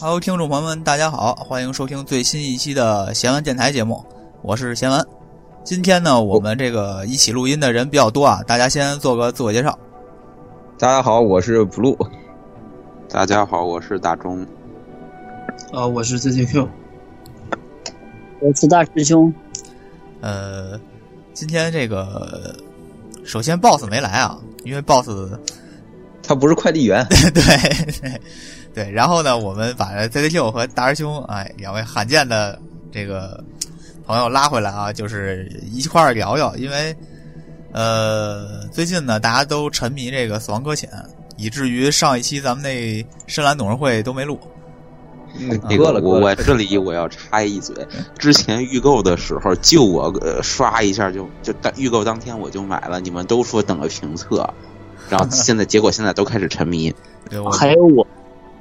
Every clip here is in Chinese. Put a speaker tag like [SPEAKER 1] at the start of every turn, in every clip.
[SPEAKER 1] Hello，听众朋友们，大家好，欢迎收听最新一期的闲玩电台节目，我是闲玩。今天呢，我们这个一起录音的人比较多啊，大家先做个自我介绍。
[SPEAKER 2] 大家好，我是 blue。
[SPEAKER 3] 大家好，我是大钟。
[SPEAKER 4] 啊，
[SPEAKER 1] 呃
[SPEAKER 4] 我是 ZZQ，
[SPEAKER 5] 我是大师兄，
[SPEAKER 1] 呃，今天这个首先 BOSS 没来啊，因为 BOSS
[SPEAKER 2] 他不是快递 员，
[SPEAKER 1] 对对，然后呢，我们把 ZZQ 和大师兄哎两位罕见的这个朋友拉回来啊，就是一块儿聊聊，因为呃最近呢大家都沉迷这个《死亡搁浅》，以至于上一期咱们那深蓝董事会都没录。
[SPEAKER 3] 那
[SPEAKER 2] 割
[SPEAKER 3] 个
[SPEAKER 2] 了
[SPEAKER 3] 我
[SPEAKER 2] 割
[SPEAKER 3] 我
[SPEAKER 2] 了。
[SPEAKER 3] 这里我要插一嘴，
[SPEAKER 1] 嗯
[SPEAKER 3] 之前预购的时候就我呃刷一下就就当预购当天我就买了，你们都说等个评测，然后 现在结果现在都开始沉迷，
[SPEAKER 1] 对，我
[SPEAKER 5] 还有我，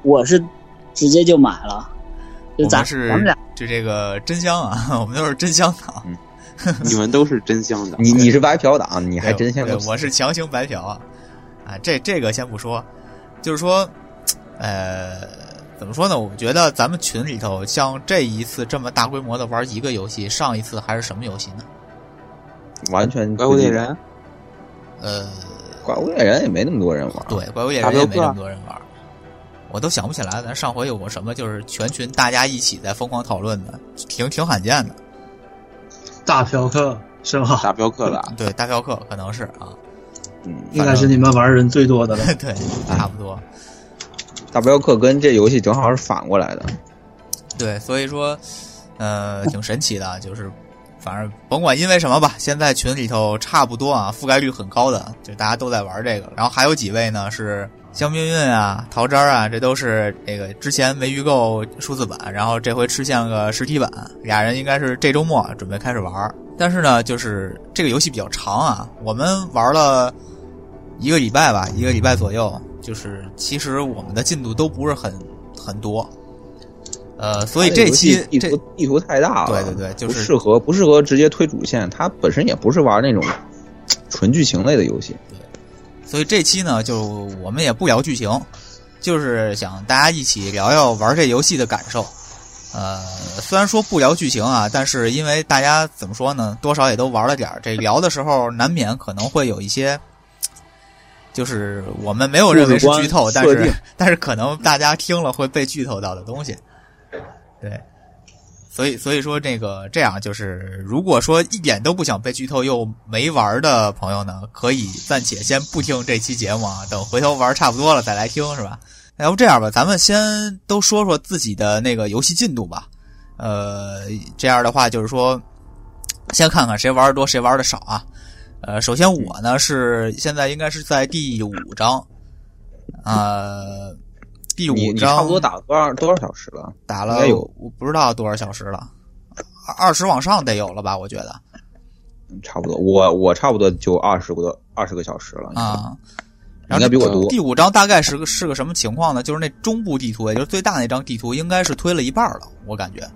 [SPEAKER 5] 我是直接就买了，就
[SPEAKER 1] 我
[SPEAKER 5] 咋
[SPEAKER 1] 们
[SPEAKER 5] 咱们
[SPEAKER 1] 是
[SPEAKER 5] 俩
[SPEAKER 1] 就这个真香啊，我 们都是真香党。
[SPEAKER 3] 你们都是真香的。
[SPEAKER 2] 你你是白嫖党，你还
[SPEAKER 1] 对
[SPEAKER 2] 真像
[SPEAKER 1] 对
[SPEAKER 2] 个
[SPEAKER 1] 我是强行白嫖啊！啊，这这个先不说，就是说，呃，怎么说呢？我觉得咱们群里头像这一次这么大规模的玩一个游戏，上一次还是什么游戏呢？
[SPEAKER 2] 完全
[SPEAKER 3] 怪物猎人，
[SPEAKER 1] 呃，
[SPEAKER 2] 怪物猎人也没那么多人玩。
[SPEAKER 1] 对，怪物猎
[SPEAKER 3] 大
[SPEAKER 1] 人也没
[SPEAKER 3] 镖客
[SPEAKER 1] 这么多人玩，我都想不起来咱上回有过什么，就是全群大家一起在疯狂讨论的，挺挺罕见的。
[SPEAKER 4] 大嫖客是吧？
[SPEAKER 3] 大镖客
[SPEAKER 2] 啊
[SPEAKER 3] 了，
[SPEAKER 1] 对，大镖客可能是啊，
[SPEAKER 2] 嗯，
[SPEAKER 4] 应该是你们玩人最多的了。
[SPEAKER 1] 对，差不多。
[SPEAKER 2] 大镖客跟这游戏正好是反过来的。
[SPEAKER 1] 对，所以说，呃，挺神奇的，就是反正甭管因为什么吧，现在群里头差不多啊，覆盖率很高的，就大家都在玩这个。然后还有几位呢是香槟韵啊、桃渣啊，这都是这个之前没预购数字版，然后这回吃现个实体版，俩人应该是这周末准备开始玩儿。但是呢，就是这个游戏比较长啊，我们玩了一个礼拜吧，一个礼拜左右。就是其实我们的进度都不是很很多，呃，所以这期
[SPEAKER 2] 地
[SPEAKER 1] 这
[SPEAKER 2] 图地图太大了，
[SPEAKER 1] 对对对就是
[SPEAKER 2] 不适合不适合直接推主线。它本身也不是玩那种纯剧情类的游戏。
[SPEAKER 1] 所以这期呢，就我们也不聊剧情，就是想大家一起聊聊玩这游戏的感受。呃，虽然说不聊剧情啊，但是因为大家怎么说呢，多少也都玩了点儿，这聊的时候难免可能会有一些，就是我们没有认为是剧透，
[SPEAKER 2] 故事观
[SPEAKER 1] 但
[SPEAKER 2] 设
[SPEAKER 1] 是
[SPEAKER 2] 定
[SPEAKER 1] 但是可能大家听了会被剧透到的东西。对，所以所以说这个这样就是，如果说一点都不想被剧透又没玩儿的朋友呢，可以暂且先不听这期节目啊，等回头玩儿差不多了再来听，是吧？要不这样吧，咱们先都说说自己的那个游戏进度吧。呃，这样的话就是说，先看看谁玩的多，谁玩的少啊。呃，首先我呢是现在应该是在第五章，呃，第
[SPEAKER 2] 你
[SPEAKER 1] 五
[SPEAKER 2] 你
[SPEAKER 1] 章
[SPEAKER 2] 差不多打了多少多少小时了？
[SPEAKER 1] 打
[SPEAKER 2] 应
[SPEAKER 1] 了
[SPEAKER 2] 该有
[SPEAKER 1] 我不知道多少小时了，二十往上得有了吧？我觉得
[SPEAKER 2] 嗯差不多，我我差不多就二十多二十个小时了。
[SPEAKER 1] 啊。
[SPEAKER 2] 你
[SPEAKER 1] 然
[SPEAKER 2] 应
[SPEAKER 1] 后
[SPEAKER 2] 该比我多。
[SPEAKER 1] 第五章大概是个是个什么情况呢？就是那中部地图，也就是最大那张地图，应该是推了一半了，我感觉。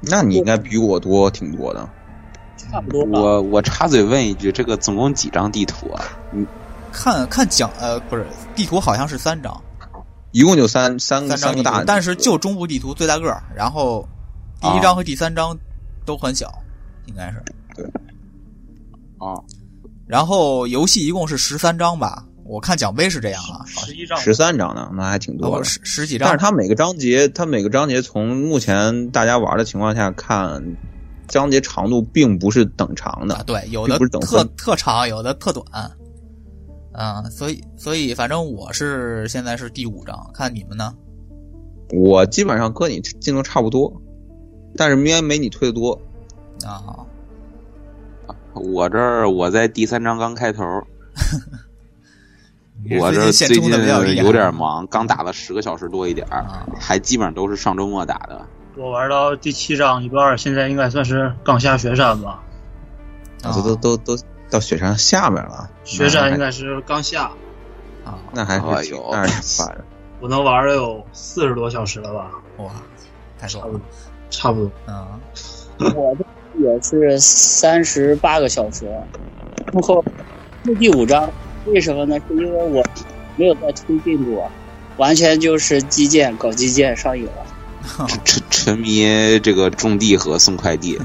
[SPEAKER 2] 那你应该比我多挺多的。
[SPEAKER 5] 差不多
[SPEAKER 1] 嗯
[SPEAKER 5] 吧。
[SPEAKER 3] 我我插嘴问一句，这个总共几张地图啊？
[SPEAKER 1] 看看讲呃不是地图好像是三张，
[SPEAKER 2] 一共就三嗯三
[SPEAKER 1] 三张
[SPEAKER 2] 个
[SPEAKER 1] 地
[SPEAKER 2] 大
[SPEAKER 1] 图
[SPEAKER 2] 的，，
[SPEAKER 1] 但是就中部地图最大个儿，然后第一章和第三章都很小，应该是。
[SPEAKER 2] 啊
[SPEAKER 3] 哦，
[SPEAKER 1] 然后游戏一共是十三章吧，我看奖杯是这样啊，
[SPEAKER 4] 十一仗
[SPEAKER 2] 十三章呢，那还挺
[SPEAKER 1] 哦
[SPEAKER 2] 多
[SPEAKER 1] 不
[SPEAKER 2] 的。
[SPEAKER 1] 十十几
[SPEAKER 2] 但
[SPEAKER 1] 章
[SPEAKER 2] 是它每个章节，它每个章节从目前大家玩的情况下看，章节长度并不是等长
[SPEAKER 1] 啊，
[SPEAKER 2] 的。
[SPEAKER 1] 对，有的
[SPEAKER 2] 并不是等
[SPEAKER 1] 特
[SPEAKER 2] 分
[SPEAKER 1] 特长，有的特短，嗯，所以所以反正我是现在是第五章，看你们呢？
[SPEAKER 2] 我基本上跟你进度差不多，但是没没你推的多。
[SPEAKER 1] 啊，
[SPEAKER 3] 我这儿我在第三章刚开头，
[SPEAKER 1] 你
[SPEAKER 3] 我
[SPEAKER 1] 最近
[SPEAKER 3] 这最
[SPEAKER 1] 现
[SPEAKER 3] 近
[SPEAKER 1] 充的啊比较厉害，
[SPEAKER 3] 有点忙，刚打了十个小时多一点儿，
[SPEAKER 1] 啊。
[SPEAKER 3] 还基本上都是上周末打的。
[SPEAKER 4] 我玩到第七章一半儿，现在应该算是刚下雪山吧？
[SPEAKER 1] 啊
[SPEAKER 2] 都都都都到雪山下面了，
[SPEAKER 4] 雪山应该是刚下，
[SPEAKER 1] 啊，
[SPEAKER 2] 那还
[SPEAKER 3] 哎
[SPEAKER 2] 是挺
[SPEAKER 3] 呦
[SPEAKER 2] 那是挺快的。
[SPEAKER 4] 我能玩了有四十多小时了吧？
[SPEAKER 1] 哇，太爽
[SPEAKER 4] 差不
[SPEAKER 1] 了
[SPEAKER 4] 多，，差不多。
[SPEAKER 1] 嗯，
[SPEAKER 5] 我这也是三十八个小时，然后这第五章为什么呢？是因为我没有在推进度，完全就是基建搞基建上瘾了。
[SPEAKER 3] 沉沉沉迷这个种地和送快 递，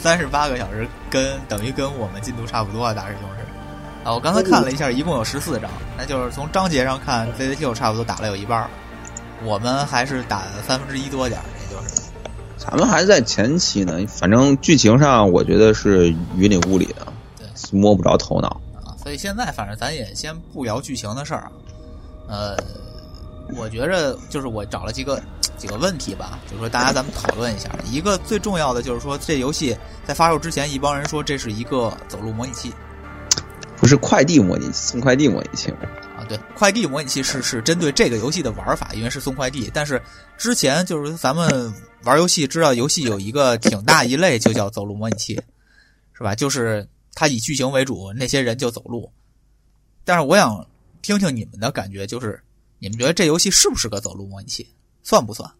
[SPEAKER 1] 三十八个小时跟等于跟我们进度差不多啊，大师兄是。啊，我刚才看了一下，一共有十四章，那就是从章节上看，ZZQ 差不多打了有一半儿，我们还是打了三分之一多点儿，也就是。
[SPEAKER 2] 咱们还在前期呢，反正剧情上我觉得是云里雾里的
[SPEAKER 1] 对，
[SPEAKER 2] 摸不着头脑。
[SPEAKER 1] 啊，所以现在反正咱也先不聊剧情的事儿啊。呃，我觉着就是我找了几个几个问题吧，就是说大家咱们讨论一下。一个最重要的就是说，这游戏在发售之前，一帮人说这是一个走路模拟器
[SPEAKER 2] 不是快递模拟器，送快递模拟器吗？
[SPEAKER 1] 啊，对，快递模拟器是是针对这个游戏的玩法，因为是送快递。但是之前就是咱们玩游戏知道，游戏有一个挺大一类就叫走路模拟器，是吧？就是它以剧情为主，那些人就走路。但是我想听听你们的感觉，就是你们觉得这游戏是不是个走路模拟器？算不算？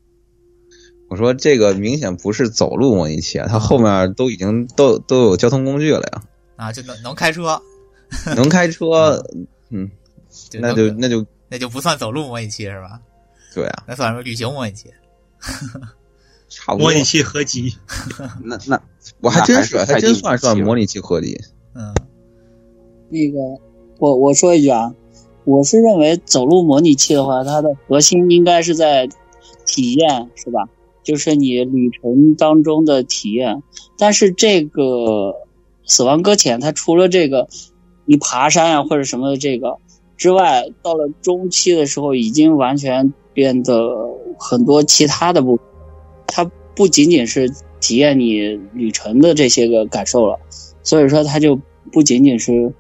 [SPEAKER 2] 我说这个明显不是走路模拟器啊，它后面都已经都都有交通工具了呀，
[SPEAKER 1] 啊，就能能开车，
[SPEAKER 2] 能开车，嗯，
[SPEAKER 1] 就
[SPEAKER 2] 那
[SPEAKER 1] 能
[SPEAKER 2] 就那就
[SPEAKER 1] 那就不算走路模拟器是吧？
[SPEAKER 2] 对啊，
[SPEAKER 1] 那算什么旅行模拟器？
[SPEAKER 2] 差不多
[SPEAKER 4] 模。拟器合集，
[SPEAKER 3] 那那
[SPEAKER 2] 我还真
[SPEAKER 3] 那
[SPEAKER 2] 是啊
[SPEAKER 3] 还是
[SPEAKER 2] 还真算
[SPEAKER 3] 快递模拟
[SPEAKER 2] 算模拟器
[SPEAKER 3] 器
[SPEAKER 2] 合理。
[SPEAKER 1] 嗯，
[SPEAKER 5] 那个，我我说一句啊，我是认为走路模拟器的话，它的核心应该是在体验，是吧？就是你旅程当中的体验。但是这个《死亡搁浅》，它除了这个你爬山呀、或者什么的这个之外，到了中期的时候，已经完全变得很多其他的部分，它不仅仅是体验你旅程的这些个感受了。所以说它就不仅仅是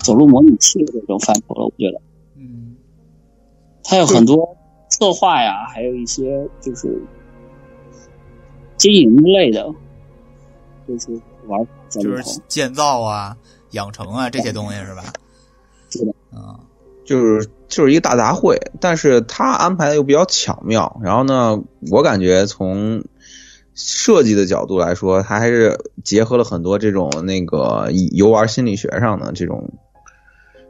[SPEAKER 5] 走路模拟器的这种范畴了，我觉得
[SPEAKER 1] 嗯，
[SPEAKER 5] 它有很多策划呀，还有一些就是经营类的，就是玩法在里
[SPEAKER 1] 就
[SPEAKER 5] 头。
[SPEAKER 1] 是建造啊、养成啊这些东西是吧？
[SPEAKER 5] 是的。
[SPEAKER 1] 嗯，
[SPEAKER 2] 就是就是一个大杂烩，但是他安排的又比较巧妙。然后呢，我感觉从设计的角度来说，他还是结合了很多这种那个游玩心理学上的这种，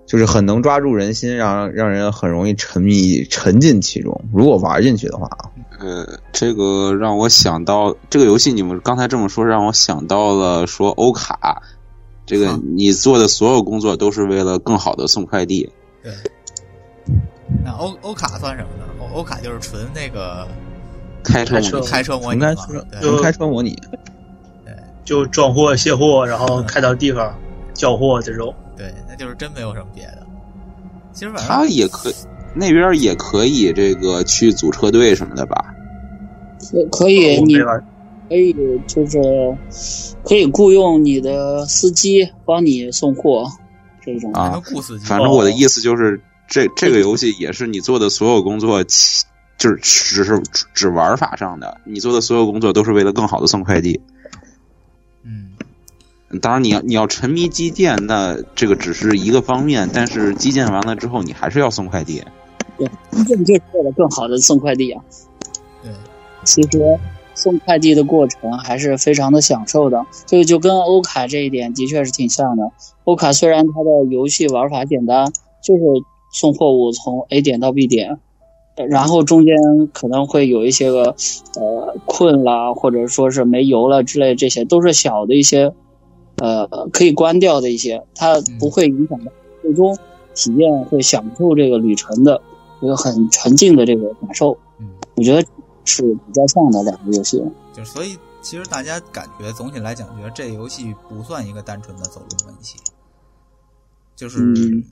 [SPEAKER 2] 就是很能抓住人心，让让人很容易沉迷沉浸其中。如果玩进去的话，啊
[SPEAKER 3] 呃，这个让我想到这个游戏，你们刚才这么说，让我想到了说欧卡，这个
[SPEAKER 2] 啊
[SPEAKER 1] 嗯
[SPEAKER 3] 你做的所有工作都是为了更好的送快递。
[SPEAKER 1] 对。那欧欧卡算什么呢？欧欧卡就是纯那个
[SPEAKER 3] 开车模拟
[SPEAKER 4] 开车
[SPEAKER 3] 器
[SPEAKER 1] 开车模
[SPEAKER 2] 纯
[SPEAKER 1] 拟
[SPEAKER 2] 开
[SPEAKER 1] 嘛
[SPEAKER 2] 车，
[SPEAKER 1] 对
[SPEAKER 2] 纯开车模拟，
[SPEAKER 4] 就装货卸货，然后开到地方交货这种。
[SPEAKER 1] 对，那就是真没有什么别的。其实反
[SPEAKER 3] 他
[SPEAKER 1] 正
[SPEAKER 3] 也可以，那边也可以这个去组车队什么的吧？
[SPEAKER 5] 可可以，
[SPEAKER 4] 我
[SPEAKER 5] 你
[SPEAKER 4] 没玩
[SPEAKER 5] 可以就是可以雇佣你的司机帮你送货这种。
[SPEAKER 1] 还
[SPEAKER 3] 啊
[SPEAKER 1] 能雇司机，
[SPEAKER 3] 反正我的意思就是，这这个游戏也是你做的所有工作，其就是只是只只玩法上的，你做的所有工作都是为了更好的送快递。
[SPEAKER 1] 嗯，
[SPEAKER 3] 当然，你要你要沉迷基建，那这个只是一个方面，但是基建完了之后，你还是要送快递。
[SPEAKER 5] 这就是为了更好的送快递啊。
[SPEAKER 1] 对，
[SPEAKER 5] 其实送快递的过程还是非常的享受的，这个就跟欧卡这一点的确是挺像的。欧卡虽然它的游戏玩法简单，就是送货物从 A 点到 B 点，呃然后中间可能会有一些个呃困啦，或者说是没油了之类，这些都是小的一些呃可以关掉的一些，它不会影响到最终体验会享受这个旅程的一个很沉浸的这个感受。
[SPEAKER 1] 嗯，
[SPEAKER 5] 我觉得是比较像的两个游戏。
[SPEAKER 1] 就所以其实大家感觉总体来讲，觉得这游戏不算一个单纯的走路模拟器，就是、
[SPEAKER 5] 嗯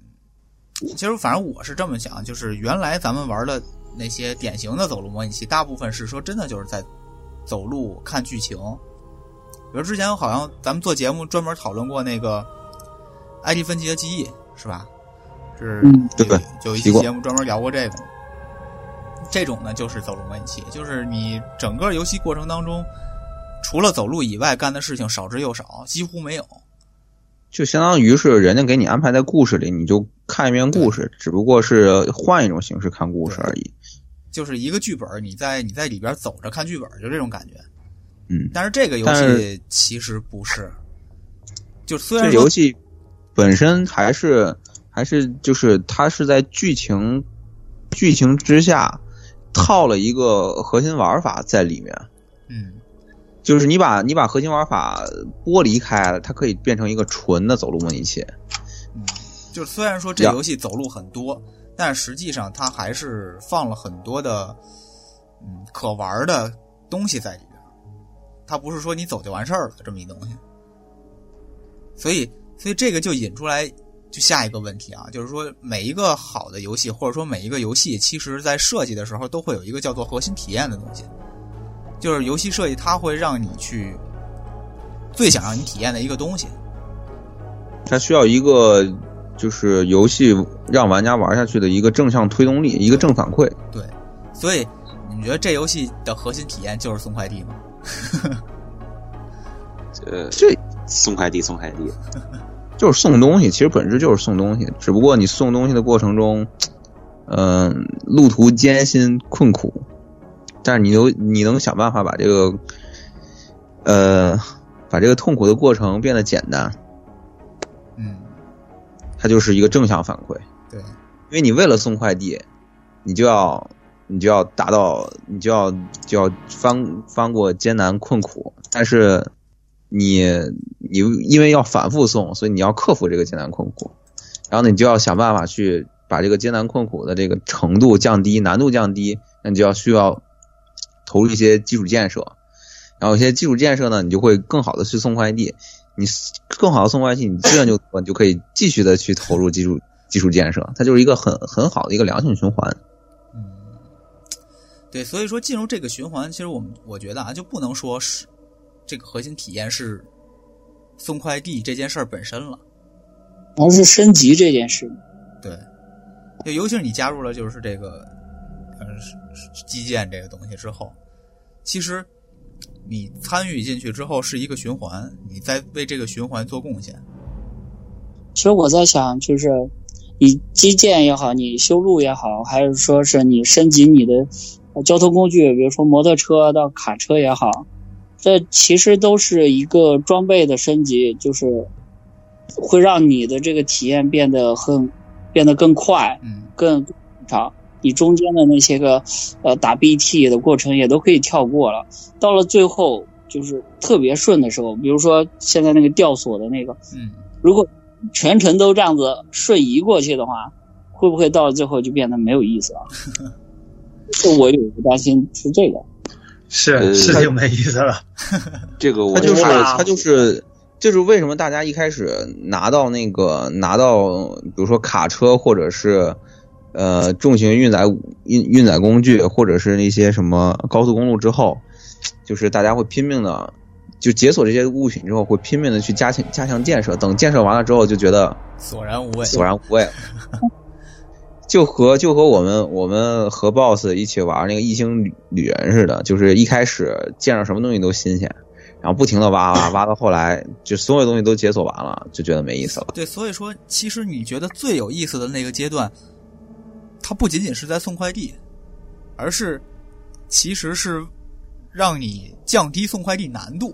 [SPEAKER 1] 其实反正我是这么想，就是原来咱们玩的那些典型的走路模拟器，大部分是说真的就是在走路看剧情。比如之前好像咱们做节目专门讨论过那个埃蒂芬奇的记忆，是吧？是
[SPEAKER 5] 嗯
[SPEAKER 1] 有
[SPEAKER 2] 对
[SPEAKER 1] 有一
[SPEAKER 2] 提
[SPEAKER 1] 期
[SPEAKER 2] 过
[SPEAKER 1] 节目专门聊过这个。这种呢就是走路模拟器，就是你整个游戏过程当中，除了走路以外干的事情少之又少，几乎没有。
[SPEAKER 2] 就相当于是人家给你安排在故事里，你就看一遍故事，只不过是换一种形式看故事而已。
[SPEAKER 1] 就是一个剧本，你在你在里边走着看剧本，就这种感觉。
[SPEAKER 2] 嗯，
[SPEAKER 1] 但是这个游
[SPEAKER 2] 但
[SPEAKER 1] 戏
[SPEAKER 2] 是
[SPEAKER 1] 其实不是，就虽
[SPEAKER 2] 这
[SPEAKER 1] 然
[SPEAKER 2] 游
[SPEAKER 1] 说
[SPEAKER 2] 戏本身还是还是就是它是在剧情剧情之下套了一个核心玩法在里面。
[SPEAKER 1] 嗯
[SPEAKER 2] 就是你把你把核心玩法剥离开了，它可以变成一个纯的走路模拟器。
[SPEAKER 1] 嗯，就是虽然说这
[SPEAKER 2] 呀
[SPEAKER 1] 游戏走路很多，但实际上它还是放了很多的嗯可玩的东西在里边儿，它不是说你走就完事儿了这么一东西。所以，所以这个就引出来就下一个问题啊，就是说每一个好的游戏，或者说每一个游戏，其实在设计的时候都会有一个叫做核心体验的东西，就是游戏设计它会让你去最想让你体验的一个东西。
[SPEAKER 2] 它需要一个就是游戏让玩家玩下去的一个正向推动力，一个正反馈。
[SPEAKER 1] 对，所以你们觉得这游戏的核心体验就是送快递吗？
[SPEAKER 3] 呃，
[SPEAKER 2] 这
[SPEAKER 3] 送快递送快递，
[SPEAKER 2] 就是送东西，其实本质就是送东西，只不过你送东西的过程中，嗯、路途艰辛困苦，但是你都你能想办法把这个，呃，把这个痛苦的过程变得简单，
[SPEAKER 1] 嗯，
[SPEAKER 2] 它就是一个正向反馈。
[SPEAKER 1] 对，
[SPEAKER 2] 因为你为了送快递，你就要你就要达到，你就要就要翻翻过艰难困苦，但是你你因为要反复送，所以你要克服这个艰难困苦，然后你就要想办法去把这个艰难困苦的这个程度降低，难度降低，那你就要需要投入一些基础建设，然后一些基础建设呢，你就会更好的去送快递。你更好的送快递，你资源就多，你就可以继续的去投入基础基础建设，它就是一个很很好的一个良性循环。
[SPEAKER 1] 嗯，对，所以说进入这个循环，其实我们我觉得啊，就不能说是这个核心体验是送快递这件事儿本身了。
[SPEAKER 5] 而是升级这件事。
[SPEAKER 1] 对，就尤其是你加入了就是这个，嗯，是是基建这个东西之后，其实你参与进去之后是一个循环，你在为这个循环做贡献。
[SPEAKER 5] 其实我在想，就是你基建也好，你修路也好，还是说是你升级你的呃交通工具，比如说摩托车到卡车也好，这其实都是一个装备的升级，就是会让你的这个体验变得很变得更快、
[SPEAKER 1] 嗯，
[SPEAKER 5] 更更长。你中间的那些个呃打 BT 的过程也都可以跳过了，到了最后就是特别顺的时候，比如说现在那个吊索的那个，
[SPEAKER 1] 嗯，
[SPEAKER 5] 如果全程都这样子瞬移过去的话，会不会到了最后就变得没有意思了？这我有个担心是这个，
[SPEAKER 4] 是
[SPEAKER 3] 呃
[SPEAKER 4] 是挺没意思了。
[SPEAKER 3] 这个我
[SPEAKER 2] 它就是
[SPEAKER 4] 我知道
[SPEAKER 2] 它就是就是为什么大家一开始拿到那个拿到，比如说卡车或者是呃重型运载运运载工具，或者是那些什么高速公路之后，就是大家会拼命的就解锁这些物品之后，会拼命的去加强加强建设。等建设完了之后，就觉得
[SPEAKER 1] 索然无味。
[SPEAKER 2] 索然无味了。 就和就和我们我们和 BOSS 一起玩那个异星旅旅人似的，就是一开始见着什么东西都新鲜，然后不停的挖挖挖，到后来就所有东西都解锁完了，就觉得没意思了。
[SPEAKER 1] 对，所以说，其实你觉得最有意思的那个阶段，它不仅仅是在送快递，而是其实是让你降低送快递难度，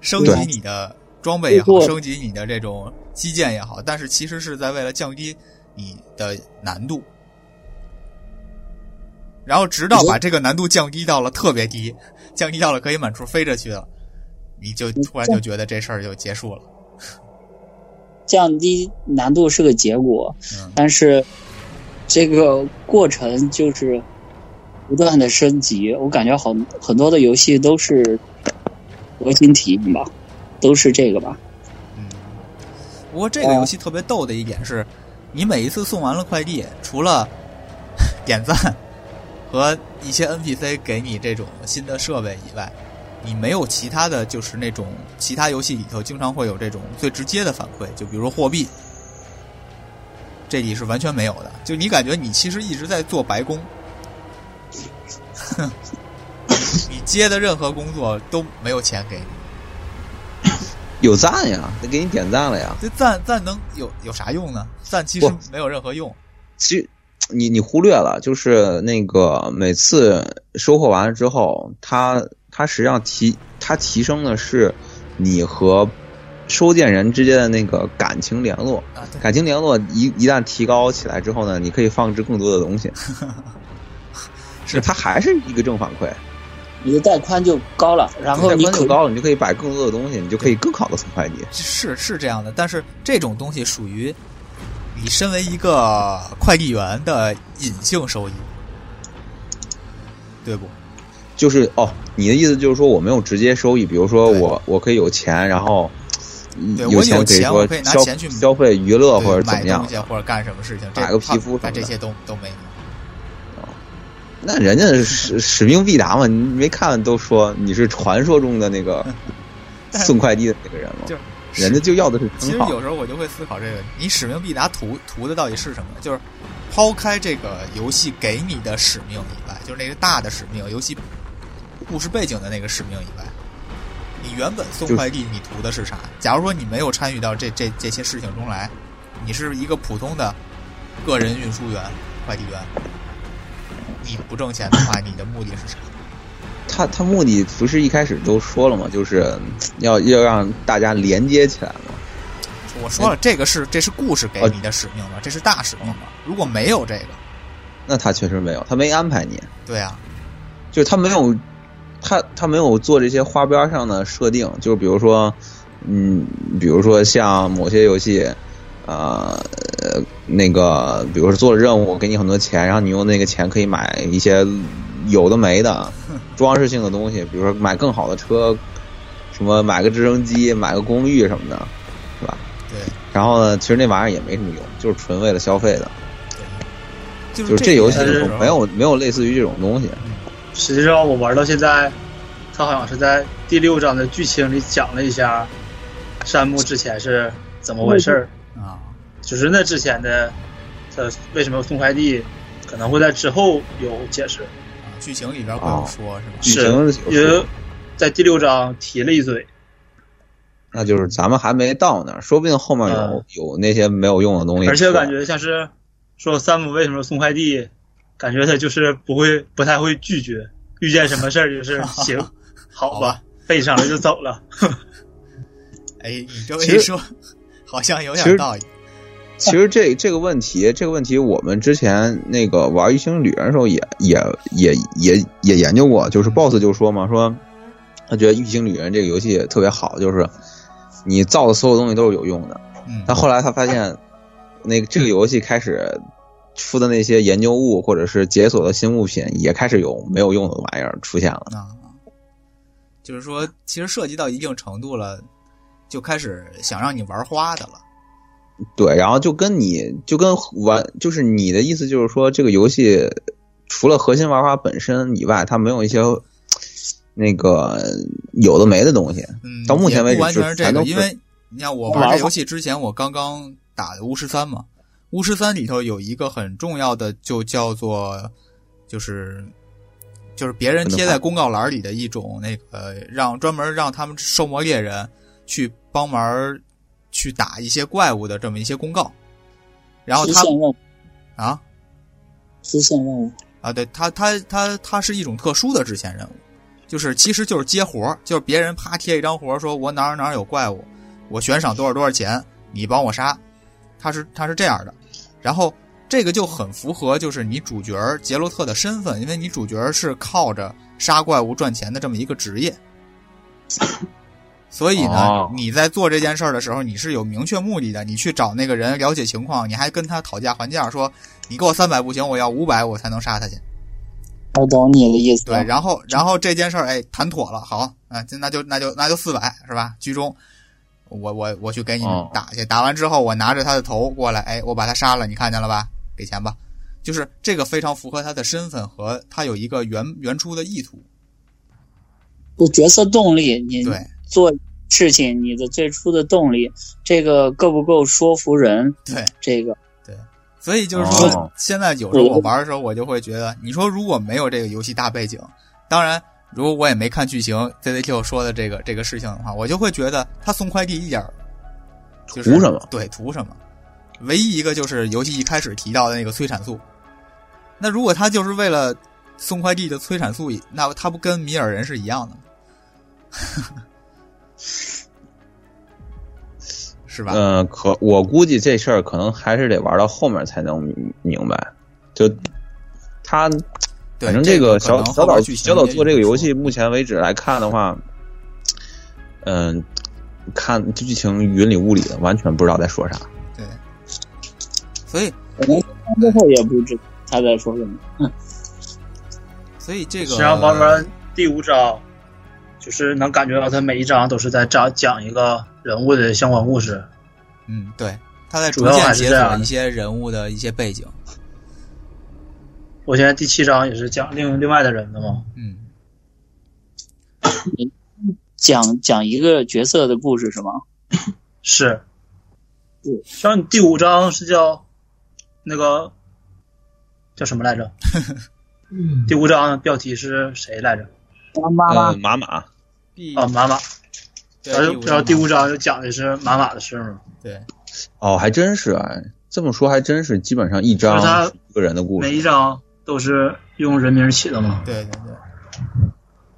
[SPEAKER 1] 升级
[SPEAKER 2] 对
[SPEAKER 1] 你的装备也好，
[SPEAKER 5] 对
[SPEAKER 1] 升级你的这种基建也好，但是其实是在为了降低你的难度。然后，直到把这个难度降低到了特别低，降低到了可以满处飞着去了，你就突然就觉得这事儿就结束了。
[SPEAKER 5] 降低难度是个结果，
[SPEAKER 1] 嗯，
[SPEAKER 5] 但是这个过程就是不断的升级。我感觉好很多的游戏都是核心体验吧，都是这个吧。
[SPEAKER 1] 嗯，不过这个游戏特别逗的一点是，你每一次送完了快递，除了 点赞和一些 NPC 给你这种新的设备以外，你没有其他的就是那种其他游戏里头经常会有这种最直接的反馈，就比如说货币，这里是完全没有的。就你感觉你其实一直在做白工， 你接的任何工作都没有钱给你。
[SPEAKER 2] 有赞呀，得给你点赞了呀。
[SPEAKER 1] 这赞赞能有有啥用呢？赞其实
[SPEAKER 2] 不
[SPEAKER 1] 没有任何用。
[SPEAKER 2] 其实你你忽略了，就是那个每次收获完了之后，它它实际上提它提升的是你和收件人之间的那个感情联络。
[SPEAKER 1] 啊，对，
[SPEAKER 2] 感情联络一一旦提高起来之后呢，你可以放置更多的 东西。
[SPEAKER 1] 是
[SPEAKER 2] 它还是一个正反馈，
[SPEAKER 5] 你的带宽就高了，然后
[SPEAKER 2] 你
[SPEAKER 5] 你
[SPEAKER 2] 带宽
[SPEAKER 5] 可
[SPEAKER 2] 就高了，你就可以摆更多的东西，你就可以更好的送快递。
[SPEAKER 1] 是是这样的，但是这种东西属于你身为一个快递员的隐性收益，对不？
[SPEAKER 2] 就是哦，你的意思就是说我没有直接收益，比如说
[SPEAKER 1] 对
[SPEAKER 2] 我我可以有钱，然后嗯
[SPEAKER 1] 对
[SPEAKER 2] 有
[SPEAKER 1] 我有
[SPEAKER 2] 可以
[SPEAKER 1] 钱
[SPEAKER 2] 说
[SPEAKER 1] 我可以拿
[SPEAKER 2] 消
[SPEAKER 1] 钱去
[SPEAKER 2] 消费娱乐
[SPEAKER 1] 对
[SPEAKER 2] 或者怎
[SPEAKER 1] 买
[SPEAKER 2] 么样
[SPEAKER 1] 东西，或者干什么事情，这
[SPEAKER 2] 买个皮肤
[SPEAKER 1] 但这
[SPEAKER 2] 什么的
[SPEAKER 1] 些都都没有。
[SPEAKER 2] 那人家使使命必达嘛，你没看都说你是传说中的那个
[SPEAKER 1] 但
[SPEAKER 2] 送快递的那个人吗
[SPEAKER 1] 就？
[SPEAKER 2] 人家就要的是
[SPEAKER 1] 其实
[SPEAKER 2] 很好，
[SPEAKER 1] 有时候我就会思考这个，你使命必达图图的到底是什么？就是抛开这个游戏给你的使命以外，就是那个大的使命，游戏故事背景的那个使命以外，你原本送
[SPEAKER 2] 就是
[SPEAKER 1] 快递你图的是啥？假如说你没有参与到这这这些事情中来，你是一个普通的个人运输员、快递员，你不挣钱的话，你的目的是啥？
[SPEAKER 2] 他他目的不是一开始都说了吗？就是要要让大家连接起来嘛。
[SPEAKER 1] 我说
[SPEAKER 2] 哎
[SPEAKER 1] 了，这个是这是故事给
[SPEAKER 2] 呃
[SPEAKER 1] 你的使命了，这是大使命了。如果没有这个，
[SPEAKER 2] 那他确实没有，他没安排你，
[SPEAKER 1] 对啊，
[SPEAKER 2] 就是他没有，他他没有做这些花边上的设定，就是比如说，嗯，比如说像某些游戏，呃，呃那个，比如说做了任务，给你很多钱，然后你用那个钱可以买一些有的没的装饰性的东西，比如说买更好的车，什么买个直升机，买个公寓什么的，是吧？
[SPEAKER 1] 对。
[SPEAKER 2] 然后呢，其实那玩意儿也没什么用，就是纯为了消费的，
[SPEAKER 1] 就
[SPEAKER 2] 就是嗯这游戏
[SPEAKER 1] 里
[SPEAKER 2] 里头
[SPEAKER 1] 头
[SPEAKER 2] 没有没有类似于这种东西。
[SPEAKER 4] 实际上我玩到现在，他好像是在第六章的剧情里讲了一下山木之前是怎么回事儿，
[SPEAKER 1] 啊，
[SPEAKER 4] 就是那之前的他为什么送快递，可能会在之后有解释，
[SPEAKER 1] 啊剧情里边会有说，是吧？
[SPEAKER 2] 剧情有
[SPEAKER 4] 是因为在第六章提了一嘴，
[SPEAKER 2] 那就是咱们还没到那儿，说不定后面有、
[SPEAKER 4] 嗯
[SPEAKER 2] 有那些没有用的东西。
[SPEAKER 4] 而且感觉像是说山姆为什么送快递，感觉他就是不会不太会拒绝，遇见什么事儿就是行，好
[SPEAKER 1] 好
[SPEAKER 4] 吧，背上了就走了。
[SPEAKER 1] 哎，你这么
[SPEAKER 2] 其
[SPEAKER 1] 一
[SPEAKER 2] 实
[SPEAKER 1] 说，好像有
[SPEAKER 2] 其
[SPEAKER 1] 点
[SPEAKER 2] 实
[SPEAKER 1] 道理。
[SPEAKER 2] 其实这这个问题，这个问题我们之前那个玩《异星旅人》的时候也也也也也研究过，就是 BOSS 就说嘛，说他觉得《异星旅人》这个游戏特别好，就是你造的所有东西都是有用的。
[SPEAKER 1] 嗯，
[SPEAKER 2] 但后来他发现，那个这个游戏开始出的那些研究物或者是解锁的新物品，也开始有没有用的玩意儿出现了。
[SPEAKER 1] 啊，就是说，其实涉及到一定程度了，就开始想让你玩花的了。
[SPEAKER 2] 对，然后就跟你就跟玩，就是你的意思就是说，这个游戏除了核心玩法本身以外，它没有一些那个有的没的东西。
[SPEAKER 1] 嗯，
[SPEAKER 2] 到目前为止
[SPEAKER 1] 也不完全是这
[SPEAKER 2] 全
[SPEAKER 1] 个，
[SPEAKER 2] 都是
[SPEAKER 1] 因为你看我玩这游戏之前，我刚刚打的巫师三嘛，巫师三里头有一个很重要的，就叫做就是就是别人贴在公告栏里的一种那个让专门让他们兽魔猎人去帮忙去打一些怪物的这么一些公告，然后
[SPEAKER 5] 实
[SPEAKER 1] 他
[SPEAKER 5] 现任务，
[SPEAKER 1] 啊
[SPEAKER 5] 实现任务。
[SPEAKER 1] 啊，对它它它它是一种特殊的支线任务，就是其实就是接活儿，就是别人啪贴一张活儿，说我哪儿哪儿有怪物，我悬赏多少多少钱，你帮我杀，它是它是这样的，然后这个就很符合就是你主角儿杰洛特的身份，因为你主角儿是靠着杀怪物赚钱的这么一个职业，所以呢，
[SPEAKER 3] 哦
[SPEAKER 1] 你在做这件事儿的时候，你是有明确目的的，你去找那个人了解情况，你还跟他讨价还价，说你给我三百不行，我要五百我才能杀他去。
[SPEAKER 5] 我懂你的意思
[SPEAKER 1] 对，
[SPEAKER 5] 了，
[SPEAKER 1] 然后然后这件事儿，哎，谈妥了，好啊，这那就那就那就四百是吧？居中，我我我去给你
[SPEAKER 3] 哦
[SPEAKER 1] 打去，打完之后我拿着他的头过来，哎，我把他杀了，你看见了吧？给钱吧，就是这个非常符合他的身份和他有一个原原初的意图，
[SPEAKER 5] 就角色动力，你
[SPEAKER 1] 对
[SPEAKER 5] 做事情你的最初的动力，这个够不够说服人？
[SPEAKER 1] 对，
[SPEAKER 5] 这个
[SPEAKER 1] 所以就是说，
[SPEAKER 3] 哦
[SPEAKER 1] 现在有时候我玩的时候，我就会觉得，你说如果没有这个游戏大背景，当然如果我也没看剧情 ZZQ 说的这个这个事情的话，我就会觉得他送快递一点儿就是
[SPEAKER 2] 图什么？
[SPEAKER 1] 对，图什么？唯一一个就是游戏一开始提到的那个催产素。那如果他就是为了送快递的催产素，那他不跟米尔人是一样的吗？ 是吧？
[SPEAKER 2] 嗯、可我估计这事儿可能还是得玩到后面才能明明白。就他，
[SPEAKER 1] 对，
[SPEAKER 2] 反正这个
[SPEAKER 1] 可
[SPEAKER 2] 小
[SPEAKER 1] 能
[SPEAKER 2] 小
[SPEAKER 1] 后边
[SPEAKER 2] 岛
[SPEAKER 1] 剧情
[SPEAKER 2] 小岛
[SPEAKER 1] 也
[SPEAKER 2] 做这
[SPEAKER 1] 有
[SPEAKER 2] 个游
[SPEAKER 1] 说
[SPEAKER 2] 戏，目前为止来看的话，嗯、看剧情云里雾里的，完全不知道在说啥。
[SPEAKER 1] 对，所以
[SPEAKER 5] 可能看之后也不知他在说什么。
[SPEAKER 1] 所以这
[SPEAKER 4] 实
[SPEAKER 1] 个
[SPEAKER 4] 际上玩完第五章，就是能感觉到他每一章都是在讲讲一个人物的相关故事。
[SPEAKER 1] 嗯，对，他在
[SPEAKER 4] 主
[SPEAKER 1] 逐
[SPEAKER 4] 要
[SPEAKER 1] 渐
[SPEAKER 4] 还是
[SPEAKER 1] 解
[SPEAKER 4] 这
[SPEAKER 1] 锁
[SPEAKER 4] 样
[SPEAKER 1] 一些人物的一些背景。
[SPEAKER 4] 我现在第七章也是讲另另外的人的嘛，
[SPEAKER 1] 嗯，
[SPEAKER 5] 讲讲一个角色的故事是吗？
[SPEAKER 4] 是
[SPEAKER 5] 对。
[SPEAKER 4] 像你第五章是叫那个叫什么来着？
[SPEAKER 6] 嗯
[SPEAKER 4] 第五章的标题是谁来着？
[SPEAKER 5] 妈妈妈
[SPEAKER 2] 嗯，马马，
[SPEAKER 1] 第
[SPEAKER 4] 啊，马马。
[SPEAKER 1] 对
[SPEAKER 4] 然后然后第
[SPEAKER 1] 五
[SPEAKER 4] 五章就讲的是马马的事嘛，
[SPEAKER 1] 对
[SPEAKER 2] 哦，还真是哎，这么说还真是，基本上一
[SPEAKER 4] 就
[SPEAKER 2] 章
[SPEAKER 4] 是他
[SPEAKER 2] 是一个人的故
[SPEAKER 4] 每
[SPEAKER 2] 事。
[SPEAKER 4] 一章都是用人名起 的嘛。
[SPEAKER 1] 对对对，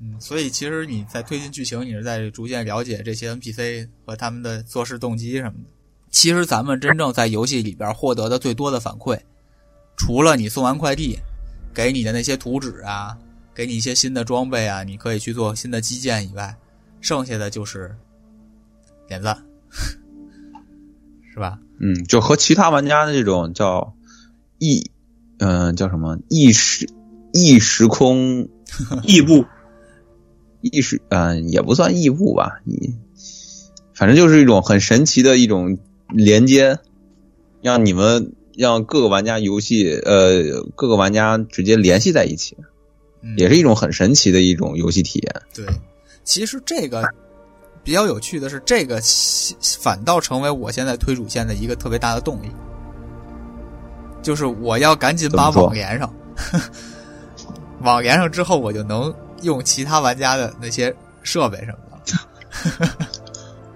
[SPEAKER 1] 嗯，所以其实你在推进剧情，你是在逐渐了解这些 NPC 和他们的做事动机什么的。其实咱们真正在游戏里边获得的最多的反馈，除了你送完快递给你的那些图纸啊，给你一些新的装备啊，你可以去做新的基建以外，剩下的就是点赞， 是吧？
[SPEAKER 2] 嗯，就和其他玩家的这种叫异，嗯、叫什么异时异时空
[SPEAKER 4] 异步
[SPEAKER 2] 异时，嗯、也不算异步吧，异，反正就是一种很神奇的一种连接，让你们让各个玩家游戏，呃，各个玩家直接联系在一起，
[SPEAKER 1] 嗯，
[SPEAKER 2] 也是一种很神奇的一种游戏体验。
[SPEAKER 1] 对，其实这个比较有趣的是，这个西反倒成为我现在推主线的一个特别大的动力，就是我要赶紧把
[SPEAKER 2] 怎么说
[SPEAKER 1] 网连上， 网连上之后，我就能用其他玩家的那些设备什么的。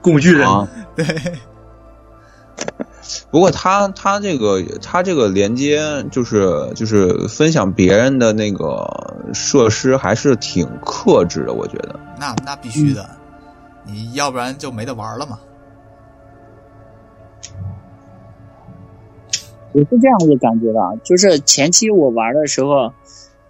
[SPEAKER 4] 工具人，
[SPEAKER 2] 啊， 不过他他这个他这个连接就是就是分享别人的那个设施还是挺克制的，我觉得。
[SPEAKER 1] 那那必须的，
[SPEAKER 2] 嗯
[SPEAKER 1] 你要不然就没得玩了嘛。
[SPEAKER 5] 我是这样的感觉的，就是前期我玩的时候，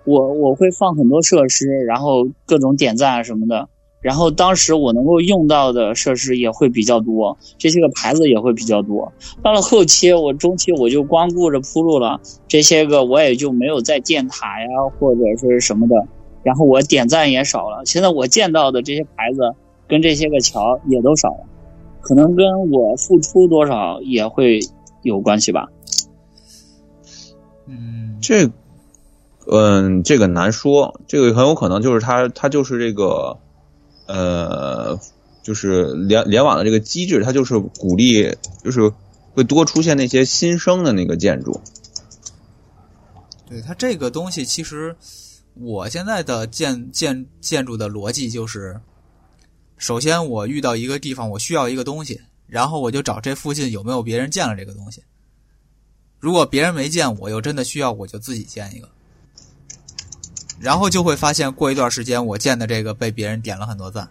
[SPEAKER 5] 我我会放很多设施，然后各种点赞啊什么的，然后当时我能够用到的设施也会比较多，这些个牌子也会比较多。到了后期，我中期我就光顾着铺路了，这些个我也就没有再建塔呀或者是什么的，然后我点赞也少了。现在我见到的这些牌子跟这些个桥也都少了，可能跟我付出多少也会有关系吧。
[SPEAKER 1] 嗯，
[SPEAKER 2] 这，嗯，这个难说，这个很有可能就是它，它就是这个，呃，就是联联网的这个机制，它就是鼓励，就是会多出现那些新生的那个建筑。
[SPEAKER 1] 对它这个东西，其实我现在的建建建筑的逻辑就是，首先我遇到一个地方，我需要一个东西，然后我就找这附近有没有别人建了这个东西。如果别人没建，我又真的需要，我就自己建一个。然后就会发现，过一段时间，我建的这个被别人点了很多赞。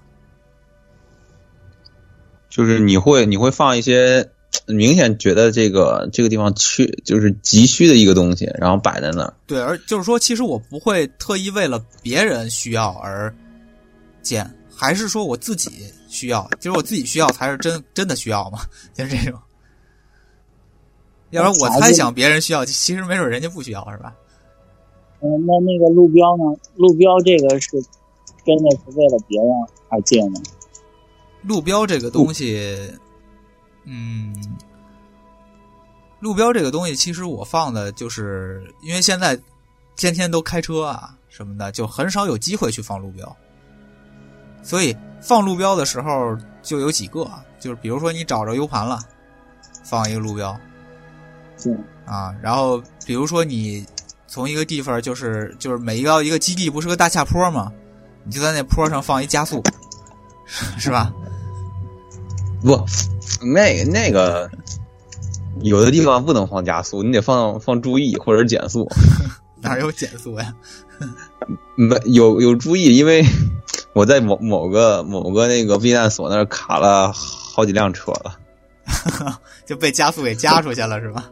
[SPEAKER 2] 就是你会你会放一些明显觉得这个这个地方缺就是急需的一个东西，然后摆在那儿。
[SPEAKER 1] 对，而就是说，其实我不会特意为了别人需要而建，还是说我自己需要，其实我自己需要才是真真的需要嘛，就是这种。要不然我猜想别人需要，其实没准人家不需要，是吧？
[SPEAKER 5] 嗯，那那个路标呢？路标这个是真的是为了别人而建的。
[SPEAKER 1] 路标这个东西，嗯，路标这个东西，其实我放的就是因为现在天天都开车啊什么的，就很少有机会去放路标，所以放路标的时候就有几个，就是比如说你找着 U 盘了，放一个路标
[SPEAKER 5] 是，
[SPEAKER 1] 啊，然后比如说你从一个地方就是就是每一个一个基地不是个大下坡吗？你就在那坡上放一加速，是吧？
[SPEAKER 2] 不，那个那个，有的地方不能放加速，你得放放注意或者是减速。
[SPEAKER 1] 哪有减速呀？
[SPEAKER 2] 没有有注意，因为我在某某个某个那个避难所那儿卡了好几辆车了。
[SPEAKER 1] 就被加速给加出去了是吧？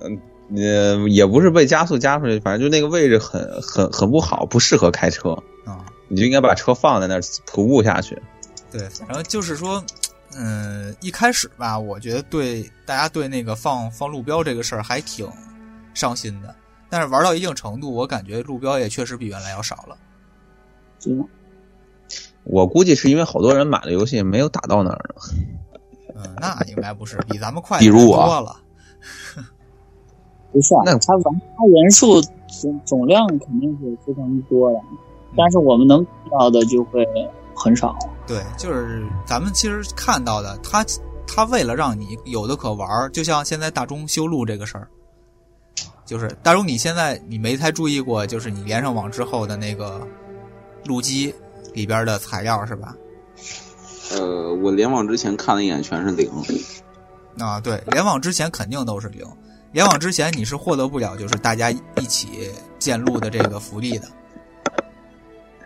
[SPEAKER 2] 呃，也不是被加速加出去，反正就那个位置很很很不好，不适合开车。
[SPEAKER 1] 啊、
[SPEAKER 2] 你就应该把车放在那儿徒步下去。
[SPEAKER 1] 对，反正就是说，嗯，一开始吧，我觉得对大家对那个放放路标这个事儿还挺上心的，但是玩到一定程度，我感觉路标也确实比原来要少了。
[SPEAKER 5] 行，
[SPEAKER 2] 我估计是因为好多人买了游戏没有打到那儿呢。
[SPEAKER 1] 嗯，那应该不是比咱们快
[SPEAKER 3] 比如我
[SPEAKER 1] 多了。
[SPEAKER 5] 不是啊，
[SPEAKER 2] 那
[SPEAKER 5] 他玩他人数总总量肯定是非常多的，但是我们能看到的就会很少。
[SPEAKER 1] 对，就是咱们其实看到的，他他为了让你有的可玩儿，就像现在大中修路这个事儿，就是大中你现在你没太注意过，就是你连上网之后的那个路基里边的材料是吧？
[SPEAKER 3] 呃，我联网之前看了一眼，全是零。
[SPEAKER 1] 啊，对，联网之前肯定都是零，联网之前你是获得不了就是大家一起建路的这个福利的。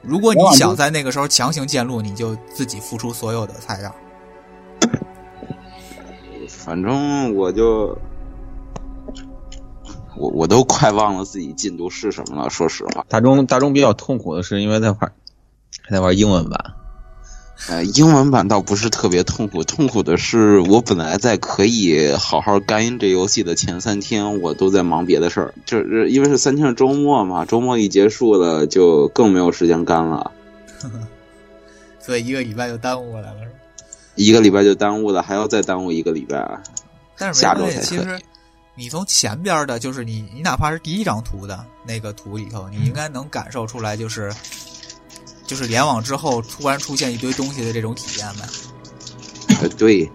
[SPEAKER 1] 如果你
[SPEAKER 5] 联网之
[SPEAKER 1] 想在那个时候强行建路，你就自己付出所有的材料。
[SPEAKER 3] 反正我就，我我都快忘了自己进度是什么了。说实话，
[SPEAKER 2] 大中大中比较痛苦的是，因为在玩还在玩英文版，
[SPEAKER 3] 呃，英文版倒不是特别痛苦，痛苦的是我本来在可以好好干音这游戏的前三天，我都在忙别的事儿，就是因为是三天是周末嘛，周末一结束了就更没有时间干了，
[SPEAKER 1] 所以一个礼拜就耽误过来了。是吧
[SPEAKER 3] 一个礼拜就耽误了，还要再耽误一个礼拜。
[SPEAKER 1] 但是没
[SPEAKER 3] 下周
[SPEAKER 1] 关系，
[SPEAKER 3] 才
[SPEAKER 1] 其
[SPEAKER 3] 可
[SPEAKER 1] 实
[SPEAKER 3] 以
[SPEAKER 1] 你从前边的，就是你你哪怕是第一张图的那个图里头，
[SPEAKER 3] 嗯
[SPEAKER 1] 你应该能感受出来，就是就是联网之后突然出现一堆东西的这种体验呗。
[SPEAKER 3] 呃，对，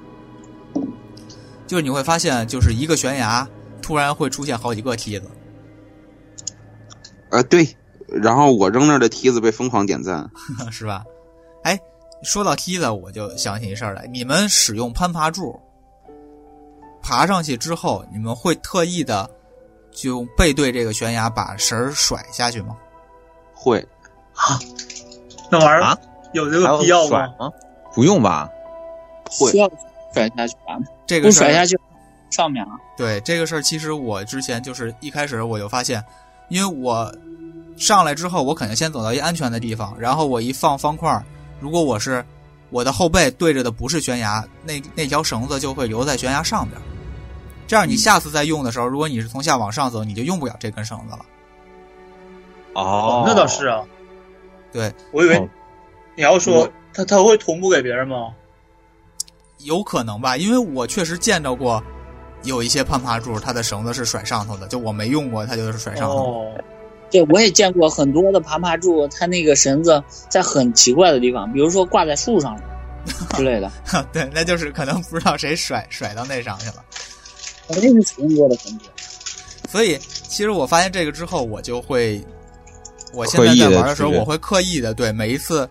[SPEAKER 1] 就是你会发现，就是一个悬崖突然会出现好几个梯子，
[SPEAKER 3] 呃，对，然后我扔那儿的梯子被疯狂点赞，
[SPEAKER 1] 是吧？哎，说到梯子，我就想起一事儿来，你们使用攀爬柱爬上去之后，你们会特意的就背对这个悬崖把绳儿甩下去吗？
[SPEAKER 3] 会，
[SPEAKER 4] 那玩意
[SPEAKER 2] 啊
[SPEAKER 4] 儿有这
[SPEAKER 2] 还
[SPEAKER 4] 个
[SPEAKER 2] 要
[SPEAKER 4] 必要
[SPEAKER 2] 甩
[SPEAKER 4] 吗？
[SPEAKER 2] 吗？不用吧？
[SPEAKER 3] 会
[SPEAKER 5] 需要甩下去吧？
[SPEAKER 1] 这
[SPEAKER 5] 不
[SPEAKER 1] 个事儿
[SPEAKER 5] 甩下去，上面啊，
[SPEAKER 1] 对这个事儿，其实我之前就是一开始我就发现，因为我上来之后，我肯定先走到一安全的地方，然后我一放方块儿，如果我是我的后背对着的不是悬崖，那那条绳子就会留在悬崖上边儿。这样你下次再用的时候，如果你是从下往上走，你就用不了这根绳子了。
[SPEAKER 2] 哦
[SPEAKER 4] 那倒是。啊。
[SPEAKER 1] 对，
[SPEAKER 4] 我以为
[SPEAKER 2] 哦
[SPEAKER 4] 你要说
[SPEAKER 2] 我
[SPEAKER 4] 他他会同步给别人吗？
[SPEAKER 1] 有可能吧，因为我确实见到过有一些攀爬柱，它的绳子是甩上头的，就我没用过，它就是甩上头。
[SPEAKER 4] 哦，
[SPEAKER 5] 对我也见过很多的爬爬柱，它那个绳子在很奇怪的地方，比如说挂在树上之类的。
[SPEAKER 1] 对，那就是可能不知道谁甩甩到那上去了。
[SPEAKER 5] 肯定是使用过的痕迹。
[SPEAKER 1] 所以其实我发现这个之后，我就会，我现在在玩的时候，
[SPEAKER 2] 刻意地去
[SPEAKER 1] 我会刻意的对每一次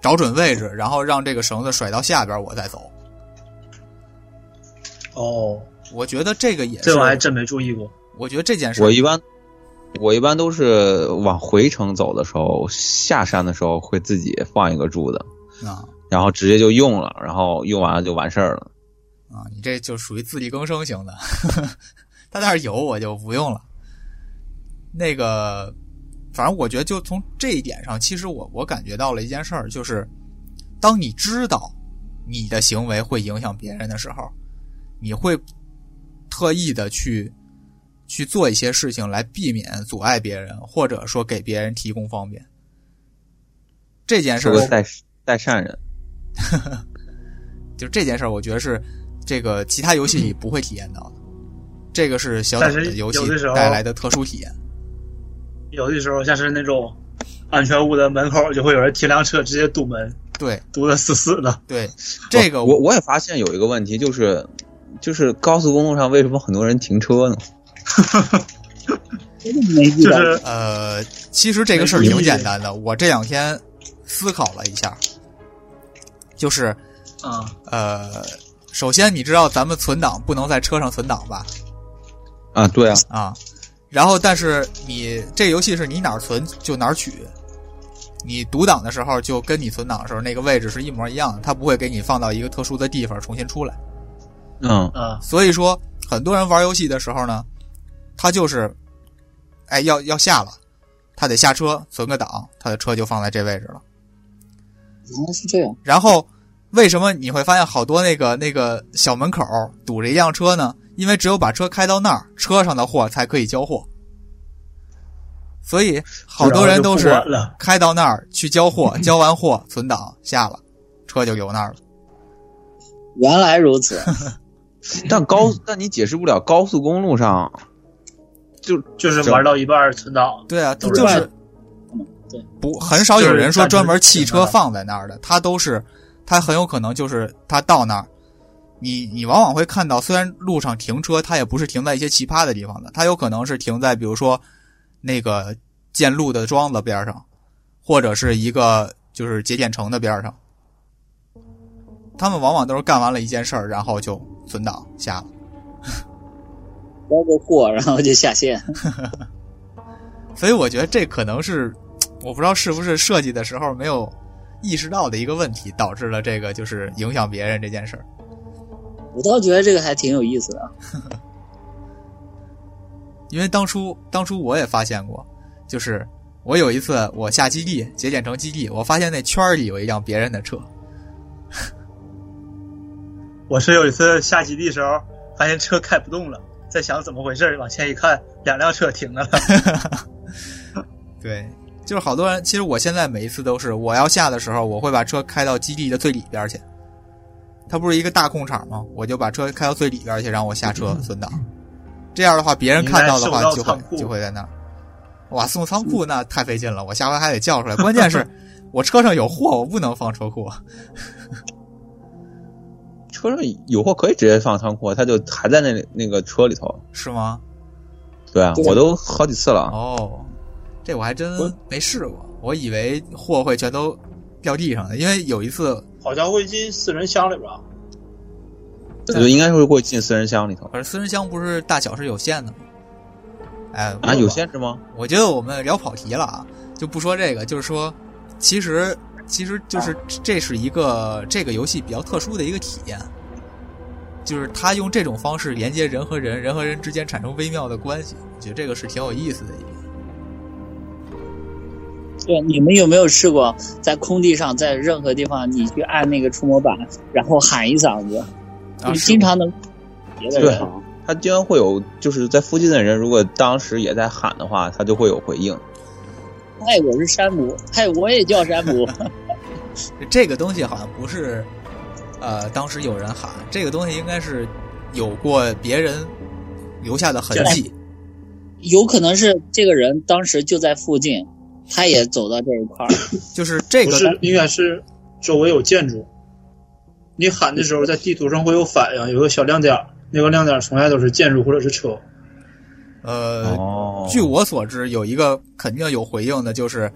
[SPEAKER 1] 找准位置，然后让这个绳子甩到下边，我再走。
[SPEAKER 4] 哦，
[SPEAKER 1] 我觉得这个也是
[SPEAKER 4] 这，我还真没注意过。
[SPEAKER 1] 我觉得这件事
[SPEAKER 2] 我一般我一般都是往回程走的时候，下山的时候会自己放一个柱子，
[SPEAKER 1] 啊
[SPEAKER 2] 然后直接就用了，然后用完了就完事儿了。
[SPEAKER 1] 啊，你这就属于自力更生型的。他那儿有我就不用了。那个，反正我觉得就从这一点上，其实我我感觉到了一件事儿，就是当你知道你的行为会影响别人的时候，你会特意的去去做一些事情来避免阻碍别人，或者说给别人提供方便。这件事
[SPEAKER 2] 是
[SPEAKER 1] 儿
[SPEAKER 2] 个
[SPEAKER 1] 是
[SPEAKER 2] 代代善人，
[SPEAKER 1] 就这件事儿，我觉得是这个其他游戏里不会体验到的。这个是小岛
[SPEAKER 4] 但
[SPEAKER 1] 的
[SPEAKER 4] 是
[SPEAKER 1] 游戏
[SPEAKER 4] 有的时候
[SPEAKER 1] 带来的特殊体验。
[SPEAKER 4] 有的时候像是那种安全屋的门口，就会有人停辆车直接堵门，
[SPEAKER 1] 对
[SPEAKER 4] 堵得死 死的。
[SPEAKER 1] 对，这个
[SPEAKER 2] 我我也发现有一个问题，就是就是高速公路上为什么很多人停车呢？
[SPEAKER 5] 真的没遇
[SPEAKER 4] 就
[SPEAKER 5] 到，
[SPEAKER 4] 是
[SPEAKER 1] 呃，其实这个事儿挺简单的。我这两天思考了一下，就是
[SPEAKER 4] 啊，
[SPEAKER 1] 呃，首先你知道咱们存档不能在车上存档吧？
[SPEAKER 2] 啊，对啊，
[SPEAKER 1] 啊，然后但是你这游戏是你哪儿存就哪儿取，你读档的时候就跟你存档的时候那个位置是一模一样的，它不会给你放到一个特殊的地方重新出来。
[SPEAKER 2] 嗯
[SPEAKER 4] 啊，
[SPEAKER 1] 所以说，很多人玩游戏的时候呢，他就是，哎，要要下了，他得下车存个档，他的车就放在这位置了。
[SPEAKER 5] 原来是这样，
[SPEAKER 1] 然后，为什么你会发现好多那个那个小门口堵着一辆车呢？因为只有把车开到那儿，车上的货才可以交货。所以，好多人都是
[SPEAKER 4] 啊然后就不管了
[SPEAKER 1] 开到那儿去交货，交完货存档下了，车就留那儿了。
[SPEAKER 5] 原来如此。
[SPEAKER 2] 但高，但你解释不了高速公路上，
[SPEAKER 4] 就是玩到一半儿存档，
[SPEAKER 1] 对啊，他
[SPEAKER 4] 都
[SPEAKER 1] 就是是
[SPEAKER 5] 嗯对
[SPEAKER 1] 不很少有人说专门汽
[SPEAKER 4] 就是
[SPEAKER 1] 车
[SPEAKER 4] 暂时
[SPEAKER 1] 放在那儿的，他都是他很有可能就是他到那儿，你你往往会看到，虽然路上停车，他也不是停在一些奇葩的地方的，他有可能是停在比如说那个建路的桩子边上，或者是一个就是节点城的边上。他们往往都是干完了一件事儿，然后就存档下了，
[SPEAKER 5] 包个货， 然后就下线。
[SPEAKER 1] 所以我觉得这可能是我不知道是不是设计的时候没有意识到的一个问题，导致了这个就是影响别人这件事儿。
[SPEAKER 5] 我倒觉得这个还挺有意思的。
[SPEAKER 1] 因为当初当初我也发现过，就是我有一次我下基地节俭城基地，我发现那圈儿里有一辆别人的车，
[SPEAKER 4] 我是有一次下基地时候，发现车开不动了，在想怎么回事儿，往前一看，两辆车停着了。
[SPEAKER 1] 对，就是好多人。其实我现在每一次都是，我要下的时候，我会把车开到基地的最里边去。它不是一个大空场吗？我就把车开到最里边去，让我下车存档。这样的话，别人看到的话
[SPEAKER 4] 嗯应
[SPEAKER 1] 就
[SPEAKER 4] 该受到
[SPEAKER 1] 会
[SPEAKER 4] 仓库
[SPEAKER 1] 就会在那儿。哇，送仓库那太费劲了，我下回还得叫出来。关键 是我车上有货，我不能放车库。
[SPEAKER 2] 车上有货可以直接放仓库，他就还在那里那个车里头。
[SPEAKER 1] 是吗？
[SPEAKER 2] 对啊，
[SPEAKER 5] 对
[SPEAKER 2] 我都好几次
[SPEAKER 4] 啊
[SPEAKER 2] 了。啊
[SPEAKER 1] 哦，这我还真
[SPEAKER 2] 我
[SPEAKER 1] 没试过，我以为货会全都掉地上的，因为有一次
[SPEAKER 4] 好像会进私人箱里边儿，
[SPEAKER 2] 我觉得应该会过去进私人箱里头。
[SPEAKER 1] 可是私人箱不是大小是有限的吗？哎，
[SPEAKER 2] 啊，有限制吗？
[SPEAKER 1] 我觉得我们聊跑题了啊，就不说这个，就是说，其实其实就是这是一个这个游戏比较特殊的一个体验，就是它用这种方式连接人和人，人和人之间产生微妙的关系，我觉得这个是挺有意思的一点。
[SPEAKER 5] 对，你们有没有试过在空地上，在任何地方，你去按那个触摸板，然后喊一嗓子？
[SPEAKER 1] 啊，
[SPEAKER 5] 你
[SPEAKER 1] 是
[SPEAKER 5] 经常能别的
[SPEAKER 2] 对
[SPEAKER 5] 人。
[SPEAKER 2] 他经常会有，就是在附近的人，如果当时也在喊的话，他就会有回应。
[SPEAKER 5] 嗨，我是山姆，嗨，我也叫山姆。
[SPEAKER 1] 这个东西好像不是，呃，当时有人喊这个东西应该是有过别人留下的痕迹，
[SPEAKER 5] 有可能是这个人当时就在附近，他也走到这一块儿。
[SPEAKER 1] 就是这
[SPEAKER 4] 不
[SPEAKER 1] 个
[SPEAKER 4] 是，应该是周围有建筑。你喊的时候，在地图上会有反应，有个小亮点儿，那个亮点儿从来都是建筑或者是车。
[SPEAKER 1] 呃，
[SPEAKER 2] 哦
[SPEAKER 1] 据我所知，有一个肯定有回应的，就是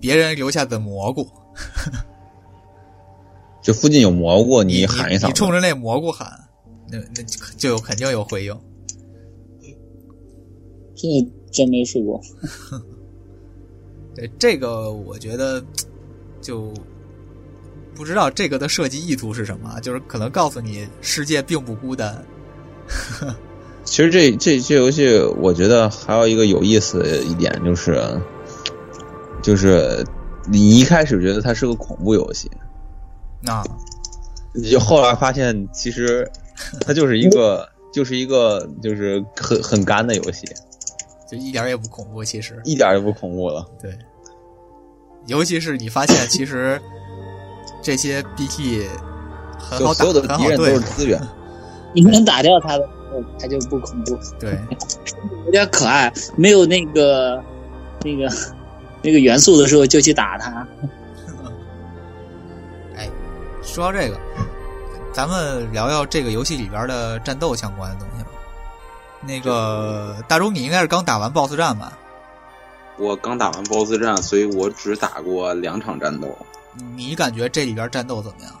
[SPEAKER 1] 别人留下的蘑菇，
[SPEAKER 2] 就附近有蘑菇，你喊一
[SPEAKER 1] 你
[SPEAKER 2] 嗓
[SPEAKER 1] 冲
[SPEAKER 2] 子。
[SPEAKER 1] 着那蘑菇喊，那那就有肯定有回应。
[SPEAKER 5] 这真没试过。
[SPEAKER 1] 对这个，我觉得就不知道这个的设计意图是什么，啊就是可能告诉你世界并不孤单。
[SPEAKER 2] 其实这这这游戏，我觉得还有一个有意思的一点就是，就是你一开始觉得它是个恐怖游戏，
[SPEAKER 1] 啊，
[SPEAKER 2] 你就后来发现其实它就是一个就是一个就是很很干的游戏，
[SPEAKER 1] 就一点儿也不恐怖，其实。
[SPEAKER 2] 一点儿也不恐怖了。
[SPEAKER 1] 对，尤其是你发现其实这些 BT 很
[SPEAKER 2] 就
[SPEAKER 1] 好打，
[SPEAKER 2] 所有的
[SPEAKER 1] 很
[SPEAKER 2] 敌
[SPEAKER 1] 好
[SPEAKER 2] 人都是
[SPEAKER 1] 对付，
[SPEAKER 2] 资源。
[SPEAKER 5] 你能打掉他的时候，他就不恐怖，
[SPEAKER 1] 对，
[SPEAKER 5] 有点可爱。没有那个那个那个元素的时候，就去打他。
[SPEAKER 1] 说到这个，咱们聊聊这个游戏里边的战斗相关的东西吧。那个大钟，你应该是刚打完 BOSS 战吧？
[SPEAKER 3] 我刚打完 BOSS 战，所以我只打过两场战斗。
[SPEAKER 1] 你感觉这里边战斗怎么样？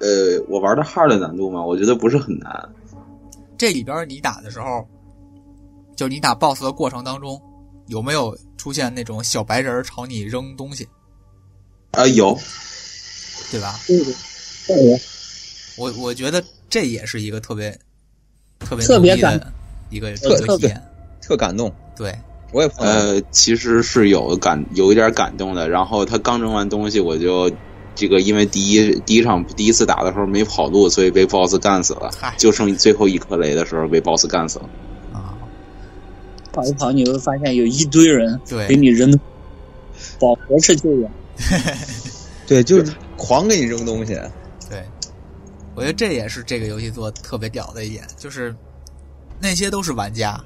[SPEAKER 3] 呃，我玩的 hard 难度嘛，我觉得不是很难。
[SPEAKER 1] 这里边你打的时候，就是你打 BOSS 的过程当中，有没有出现那种小白人儿朝你扔东西，
[SPEAKER 3] 啊、有
[SPEAKER 1] 对吧？
[SPEAKER 5] 对对对，
[SPEAKER 1] 我我觉得这也是一个特别特别
[SPEAKER 5] 特别
[SPEAKER 1] 牛逼
[SPEAKER 5] 感
[SPEAKER 1] 的一个
[SPEAKER 5] 特
[SPEAKER 1] 一个体验。
[SPEAKER 2] 特感动，
[SPEAKER 1] 对，
[SPEAKER 2] 我也碰到
[SPEAKER 3] 呃，其实是有感有一点感动的。然后他刚扔完东西，我就这个因为第一第一场第一次打的时候没跑路，所以被 BOSS 干死了
[SPEAKER 1] 嗨，
[SPEAKER 3] 就剩最后一颗雷的时候被 BOSS 干死了。
[SPEAKER 1] 啊，
[SPEAKER 5] 跑一跑，你会发现有一堆人给
[SPEAKER 1] 对，
[SPEAKER 5] 你扔宝盒式救援，
[SPEAKER 2] 对，就是狂给你扔东西，
[SPEAKER 1] 对，我觉得这也是这个游戏做得特别屌的一点，就是那些都是玩家，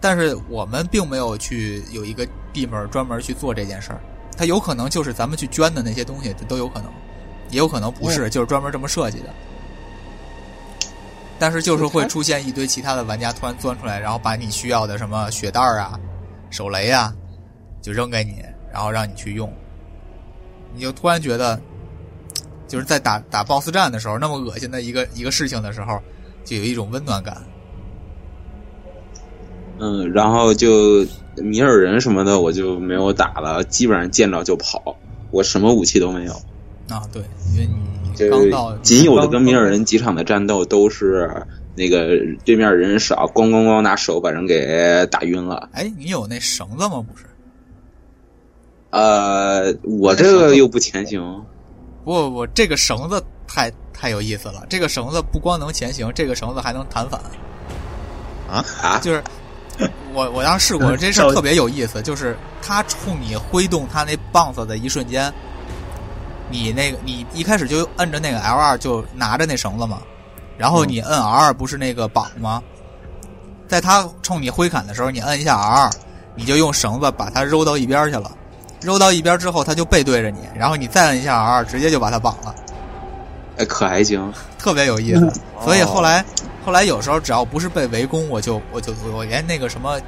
[SPEAKER 1] 但是我们并没有去有一个地门专门去做这件事儿，它有可能就是咱们去捐的那些东西都有可能，也有可能不是，就是专门这么设计的。但是就是会出现一堆其他的玩家突然钻出来，然后把你需要的什么血袋儿啊、手雷啊，就扔给你，然后让你去用。你就突然觉得，就是在打打 BOSS 战的时候，那么恶心的一个一个事情的时候，就有一种温暖感。
[SPEAKER 3] 嗯，然后就米尔人什么的我就没有打了，基本上见着就跑，我什么武器都没有。
[SPEAKER 1] 啊，对，因为你
[SPEAKER 3] 就
[SPEAKER 1] 刚到
[SPEAKER 3] 仅有的跟米尔人几场的战斗都是那个对面人少，咣咣咣拿手把人给打晕了。
[SPEAKER 1] 哎，你有那绳子吗？不是，
[SPEAKER 3] 呃，我这个又不前行，
[SPEAKER 1] 不不不，这个绳子太太有意思了。这个绳子不光能前行，这个绳子还能弹反。
[SPEAKER 2] 啊
[SPEAKER 3] 啊
[SPEAKER 1] 就是我我当时试过，
[SPEAKER 4] 嗯
[SPEAKER 1] 这事
[SPEAKER 4] 照
[SPEAKER 1] 儿特别有意思，就是他冲你挥动他那棒子的一瞬间，你那个你一开始就摁着那个 L 二就拿着那绳子嘛，然后你摁 R 二不是那个绑吗？在他冲你挥砍的时候，你摁一下 R 二，你就用绳子把它揉到一边儿去了。揉到一边儿之后，他就背对着你，然后你再摁一下 R 二，直接就把它绑了。
[SPEAKER 3] 哎，可还行。
[SPEAKER 1] 特别有意思。
[SPEAKER 2] 嗯
[SPEAKER 1] 所以
[SPEAKER 2] 哦
[SPEAKER 1] 后来，后来有时候只要不是被围攻，我就我就我连那个什么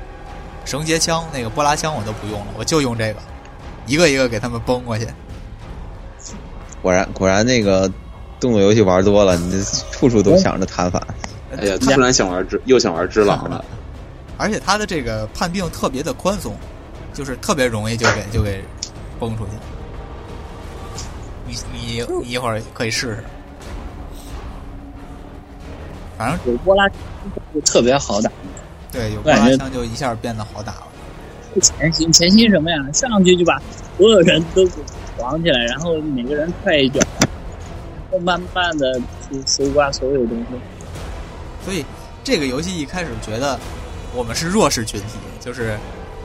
[SPEAKER 1] 绳结枪、那个波拉枪我都不用了，我就用这个，一个一个给他们崩过去。
[SPEAKER 2] 果然果然那个动作游戏玩多了，你这处处都想着弹反，
[SPEAKER 3] 哎呀，突然想玩只，又想玩只狼了。
[SPEAKER 1] 呃 而且他的这个判定特别的宽松，就是特别容易就给就给崩出去。你你你一会儿可以试试，反正
[SPEAKER 5] 有波拉就特别好打。
[SPEAKER 1] 对有波拉枪就一下变得好打了。
[SPEAKER 5] 前行，前行什么呀？上去就把所有人都给绑起来，然后每个人踹一脚，然后慢慢的去搜刮所有东西。
[SPEAKER 1] 所以这个游戏一开始觉得我们是弱势群体，就是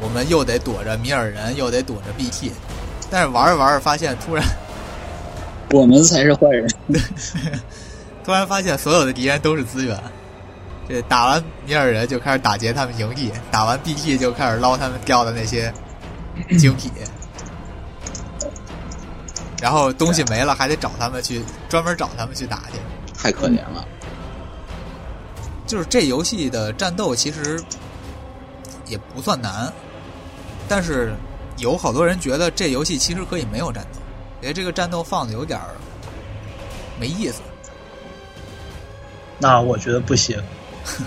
[SPEAKER 1] 我们又得躲着米尔人，又得躲着 BT，但是玩着玩着发现，突然
[SPEAKER 5] 我们才是坏人，
[SPEAKER 1] 突然发现所有的敌人都是资源。这打完米尔人就开始打劫他们营地，打完 BT 就开始捞他们掉的那些精品，然后东西没了还得找他们去专门找他们去打去。
[SPEAKER 3] 太可怜了。
[SPEAKER 1] 就是这游戏的战斗其实也不算难，但是有好多人觉得这游戏其实可以没有战斗，觉得这个战斗放的有点儿没意思。
[SPEAKER 4] 那我觉得不行，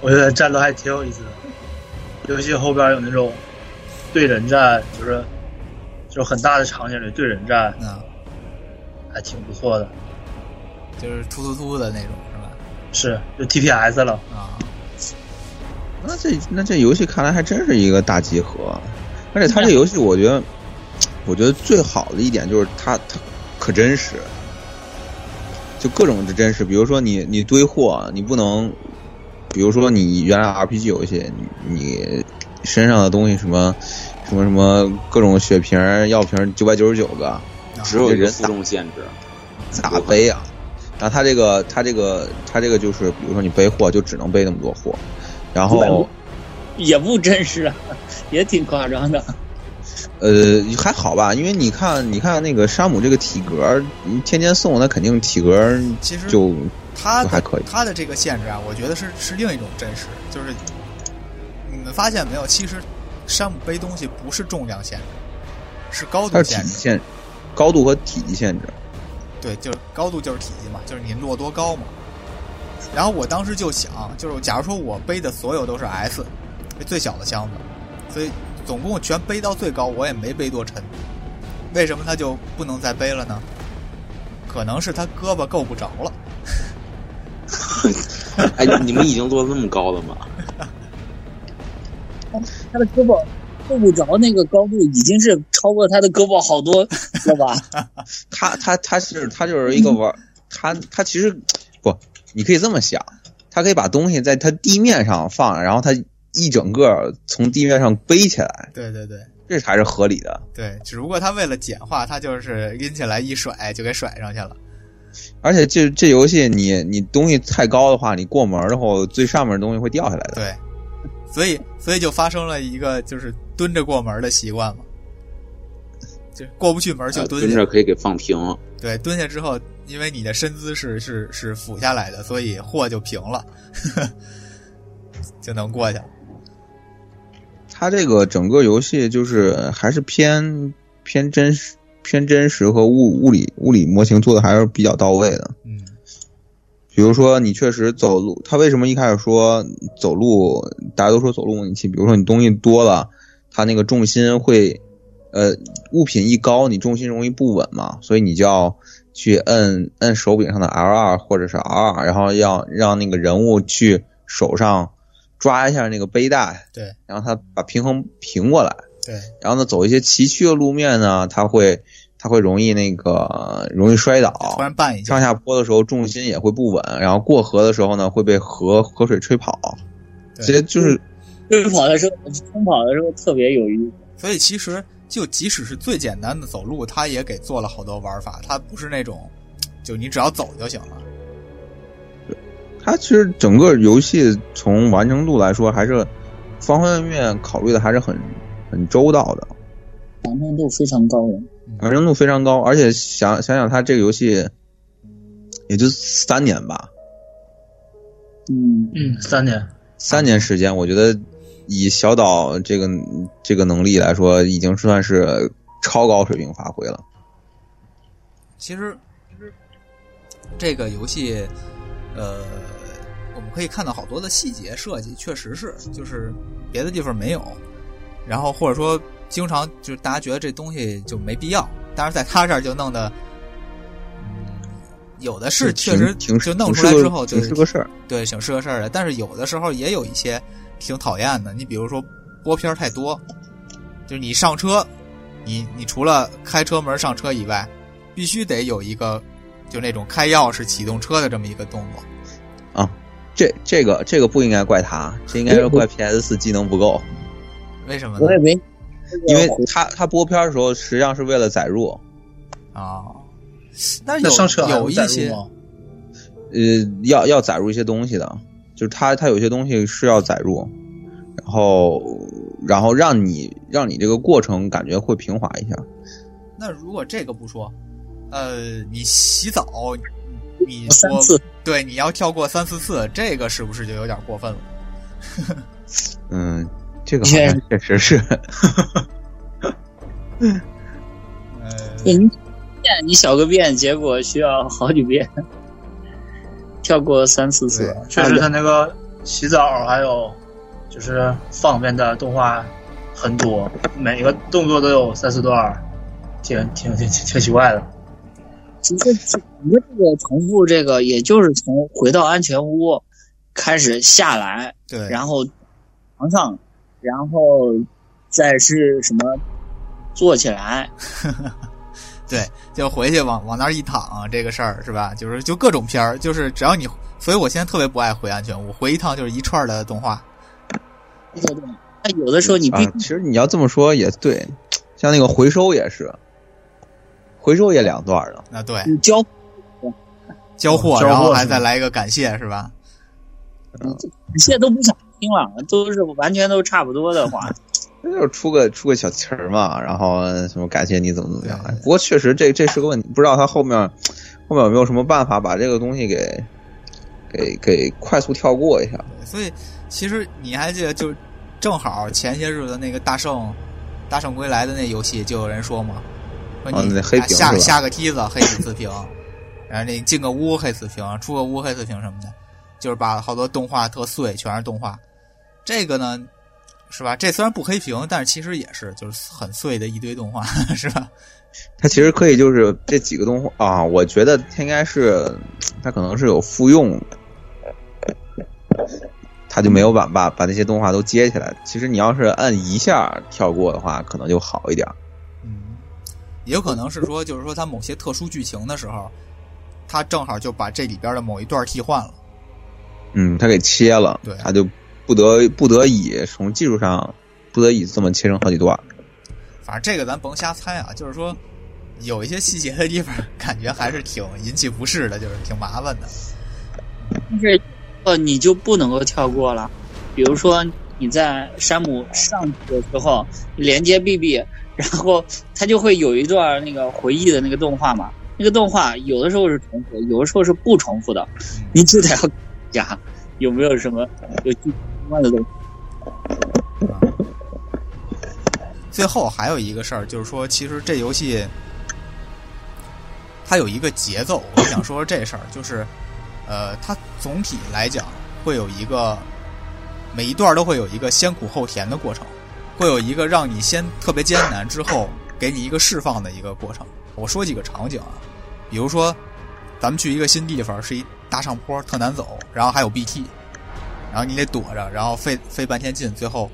[SPEAKER 4] 我觉得战斗还挺有意思的，尤其后边有那种对人战，就是就是很大的场景里对人战，
[SPEAKER 1] 嗯，
[SPEAKER 4] 还挺不错的。
[SPEAKER 1] 就是突突突的那种，是吧？
[SPEAKER 4] 是，就 TPS 了，
[SPEAKER 1] 啊，
[SPEAKER 2] 那这那这游戏看来还真是一个大集合，而且它这游戏我觉得，我觉得最好的一点就是它它可真实，就各种的真实。比如说你你堆货，你不能，比如说你原来 RPG 游戏，你你身上的东西什么什么什么各种血瓶儿、药瓶儿九百九十九个，
[SPEAKER 3] 只有一
[SPEAKER 2] 这
[SPEAKER 3] 个
[SPEAKER 2] 人
[SPEAKER 3] 负重限制，
[SPEAKER 2] 大背啊。然后他这个，他这个，他这个就是，比如说你背货就只能背那么多货，然后
[SPEAKER 5] 也不真实啊，也挺夸张的。
[SPEAKER 2] 呃还好吧，因为你看，你看那个山姆这个体格儿，你天天送那肯定体格儿
[SPEAKER 1] 其实
[SPEAKER 2] 就
[SPEAKER 1] 它的
[SPEAKER 2] 还可以
[SPEAKER 1] 它的这个限制啊，我觉得是是另一种真实，就是你们发现没有，其实山姆背东西不是重量限制，是高
[SPEAKER 2] 它
[SPEAKER 1] 度
[SPEAKER 2] 是体
[SPEAKER 1] 限
[SPEAKER 2] 积
[SPEAKER 1] 制。
[SPEAKER 2] 限，高度和体积限制。
[SPEAKER 1] 对，就是高度就是体积嘛，就是你落多高嘛。然后我当时就想，就是假如说我背的所有都是 S，这最小的箱子，所以总共全背到最高，我也没背多沉。为什么他就不能再背了呢？可能是他胳膊够不着了，
[SPEAKER 3] 哎你们已经做的那么高了吗？
[SPEAKER 5] 他的胳膊够不着那个高度，已经是超过他的胳膊好多了吧？
[SPEAKER 2] 他他他是他就是一个玩，他他其实不，你可以这么想，他可以把东西在他地面上放，然后他一整个从地面上背起来，
[SPEAKER 1] 对对对
[SPEAKER 2] 这才是合理的。
[SPEAKER 1] 对，只不过他为了简化，他就是拎起来一甩就给甩上去了。
[SPEAKER 2] 而且这这游戏你你东西太高的话，你过门儿的话，最上面的东西会掉下来的。
[SPEAKER 1] 对，所以所以就发生了一个就是蹲着过门的习惯嘛，就过不去门就
[SPEAKER 3] 呃
[SPEAKER 1] 蹲
[SPEAKER 3] 蹲
[SPEAKER 1] 下。
[SPEAKER 3] 着可以给放平。
[SPEAKER 1] 对，蹲下之后，因为你的身姿是是是俯下来的，所以货就平了， 就能过去了。
[SPEAKER 2] 它这个整个游戏就是还是偏偏真实、偏真实和物物理物理模型做的还是比较到位的。
[SPEAKER 1] 嗯，
[SPEAKER 2] 比如说你确实走路，它为什么一开始说走路，大家都说走路模拟器？比如说你东西多了，它那个重心会，呃，物品一高，你重心容易不稳嘛，所以你就要去摁摁手柄上的 L 二或者是 R 二，然后要让那个人物去手上抓一下那个背带，
[SPEAKER 1] 对，
[SPEAKER 2] 然后它把平衡平过来。
[SPEAKER 1] 对，
[SPEAKER 2] 然后呢，走一些崎岖的路面呢，它会它会容易那个容易摔倒，
[SPEAKER 1] 突然绊一下
[SPEAKER 2] 上，下坡的时候重心也会不稳，然后过河的时候呢会被河河水吹跑，
[SPEAKER 1] 对
[SPEAKER 2] 其实就是
[SPEAKER 5] 就是跑的时候，冲跑的时候特别有意思。
[SPEAKER 1] 所以其实就即使是最简单的走路，它也给做了好多玩法，它不是那种就你只要走就行了。
[SPEAKER 2] 它其实整个游戏从完成度来说还是方方面面考虑的还是很很周到的，
[SPEAKER 5] 完成度非常高的，
[SPEAKER 2] 完成度非常高，而且想想想它这个游戏也就三年吧，
[SPEAKER 5] 嗯，
[SPEAKER 4] 嗯，三年，
[SPEAKER 2] 三年时间，我觉得以小岛这个这个能力来说，已经算是超高水平发挥了。
[SPEAKER 1] 其实这个游戏，呃，我们可以看到好多的细节设计，确实是就是别的地方没有，然后或者说经常就是大家觉得这东西就没必要，但是在他这儿就弄的，嗯，有的是确实
[SPEAKER 2] 挺
[SPEAKER 1] 就弄出来之后就
[SPEAKER 2] 挺是个事儿。
[SPEAKER 1] 对，挺是个事儿的。但是有的时候也有一些挺讨厌的，你比如说播片儿太多，就是你上车，你你除了开车门上车以外，必须得有一个就那种开钥匙启动车的这么一个动作。
[SPEAKER 2] 这这个这个不应该怪他，啊这应该是
[SPEAKER 5] 哎
[SPEAKER 2] 怪 PS 四技能不够，
[SPEAKER 1] 为什么呢
[SPEAKER 5] 我？也没，
[SPEAKER 2] 因为他他播片儿的时候实际上是为了载入，
[SPEAKER 1] 啊、但是
[SPEAKER 4] 那
[SPEAKER 1] 有
[SPEAKER 4] 上车还
[SPEAKER 1] 有
[SPEAKER 4] 能
[SPEAKER 1] 一
[SPEAKER 4] 载入
[SPEAKER 1] 些
[SPEAKER 4] 吗？
[SPEAKER 2] 呃，要要载入一些东西的，就是他他有些东西是要载入，然后然后让你让你这个过程感觉会平滑一下。
[SPEAKER 1] 那如果这个不说，呃，你洗澡，你你
[SPEAKER 5] 三
[SPEAKER 1] 说
[SPEAKER 5] 次，
[SPEAKER 1] 对，你要跳过三四次，这个是不是就有点过分了？
[SPEAKER 2] 嗯，这个好
[SPEAKER 5] 哎
[SPEAKER 2] 像确实是。
[SPEAKER 1] 呃，
[SPEAKER 4] 嗯
[SPEAKER 5] 对你便嗯你小个便，结果需要好几遍， 跳过三四次
[SPEAKER 1] 对，
[SPEAKER 4] 确实，他那个洗澡还有就是方便的动画很多，每个动作都有三四段儿，挺挺挺挺挺奇怪的。
[SPEAKER 5] 其实整个这个重复，这个也就是从回到安全屋开始下来，
[SPEAKER 1] 对，
[SPEAKER 5] 然后床上，然后再是什么坐起来，
[SPEAKER 1] 对，就回去往往那儿一躺，这个事儿是吧？就是就各种片儿，就是只要你，所以我现在特别不爱回安全屋，回一趟就是一串儿的动画。
[SPEAKER 5] 这个动那有的时候你必
[SPEAKER 2] 啊，其实你要这么说也对，像那个回收也是，回收也两段的。
[SPEAKER 1] 那对，
[SPEAKER 5] 你
[SPEAKER 1] 交
[SPEAKER 5] 交
[SPEAKER 1] 货，
[SPEAKER 4] 嗯交货
[SPEAKER 1] 然后还
[SPEAKER 4] 是吧
[SPEAKER 1] 再来一个感谢是吧？
[SPEAKER 5] 现在都不想听了，都是完全都差不多的话。
[SPEAKER 2] 那就是出个出个小词儿嘛，然后什么感谢你怎么怎么样
[SPEAKER 1] 对。
[SPEAKER 2] 不过确实这这是个问题，不知道他后面后面有没有什么办法把这个东西给给给快速跳过一下。
[SPEAKER 1] 对所以其实你还记得，就正好前些日子那个大圣大圣归来的那游戏，就有人说嘛，说
[SPEAKER 2] 哦
[SPEAKER 1] 你、啊
[SPEAKER 2] 那黑屏
[SPEAKER 1] 下
[SPEAKER 2] 是吧
[SPEAKER 1] 下个梯子黑死屏，然后你进个屋黑死屏，出个屋黑死屏什么的，就是把好多动画特碎，全是动画。这个呢，是吧？这虽然不黑屏，但是其实也是就是很碎的一堆动画， 是吧？
[SPEAKER 2] 它其实可以就是这几个动画啊，我觉得它应该是它可能是有复用的，它就没有把把把那些动画都接起来。其实你要是按一下跳过的话，可能就好一点。
[SPEAKER 1] 嗯，也有可能是说，就是说它某些特殊剧情的时候，它正好就把这里边的某一段替换了。
[SPEAKER 2] 嗯，它给切了
[SPEAKER 1] 对，
[SPEAKER 2] 它就不得不得已从技术上不得已这么切成好几段。
[SPEAKER 1] 反正这个咱甭瞎猜啊，就是说有一些细节的地方，感觉还是挺引起不适的，就是挺麻烦的。
[SPEAKER 5] 但是呃，你就不能够跳过了。比如说你在山姆上去的时候连接 BB，然后它就会有一段那个回忆的那个动画嘛。那个动画有的时候是重复，有的时候是不重复的，
[SPEAKER 2] 嗯
[SPEAKER 5] 你就得要呀，有没有什么有相关的东西？
[SPEAKER 1] 最后还有一个事儿，就是说，其实这游戏它有一个节奏，我想说说这事儿，就是呃，它总体来讲会有一个每一段都会有一个先苦后甜的过程，会有一个让你先特别艰难，之后给你一个释放的一个过程。我说几个场景啊，比如说咱们去一个新地方，是一大上坡，特难走，然后还有 BT，然后你得躲着，然后费费半天劲，最后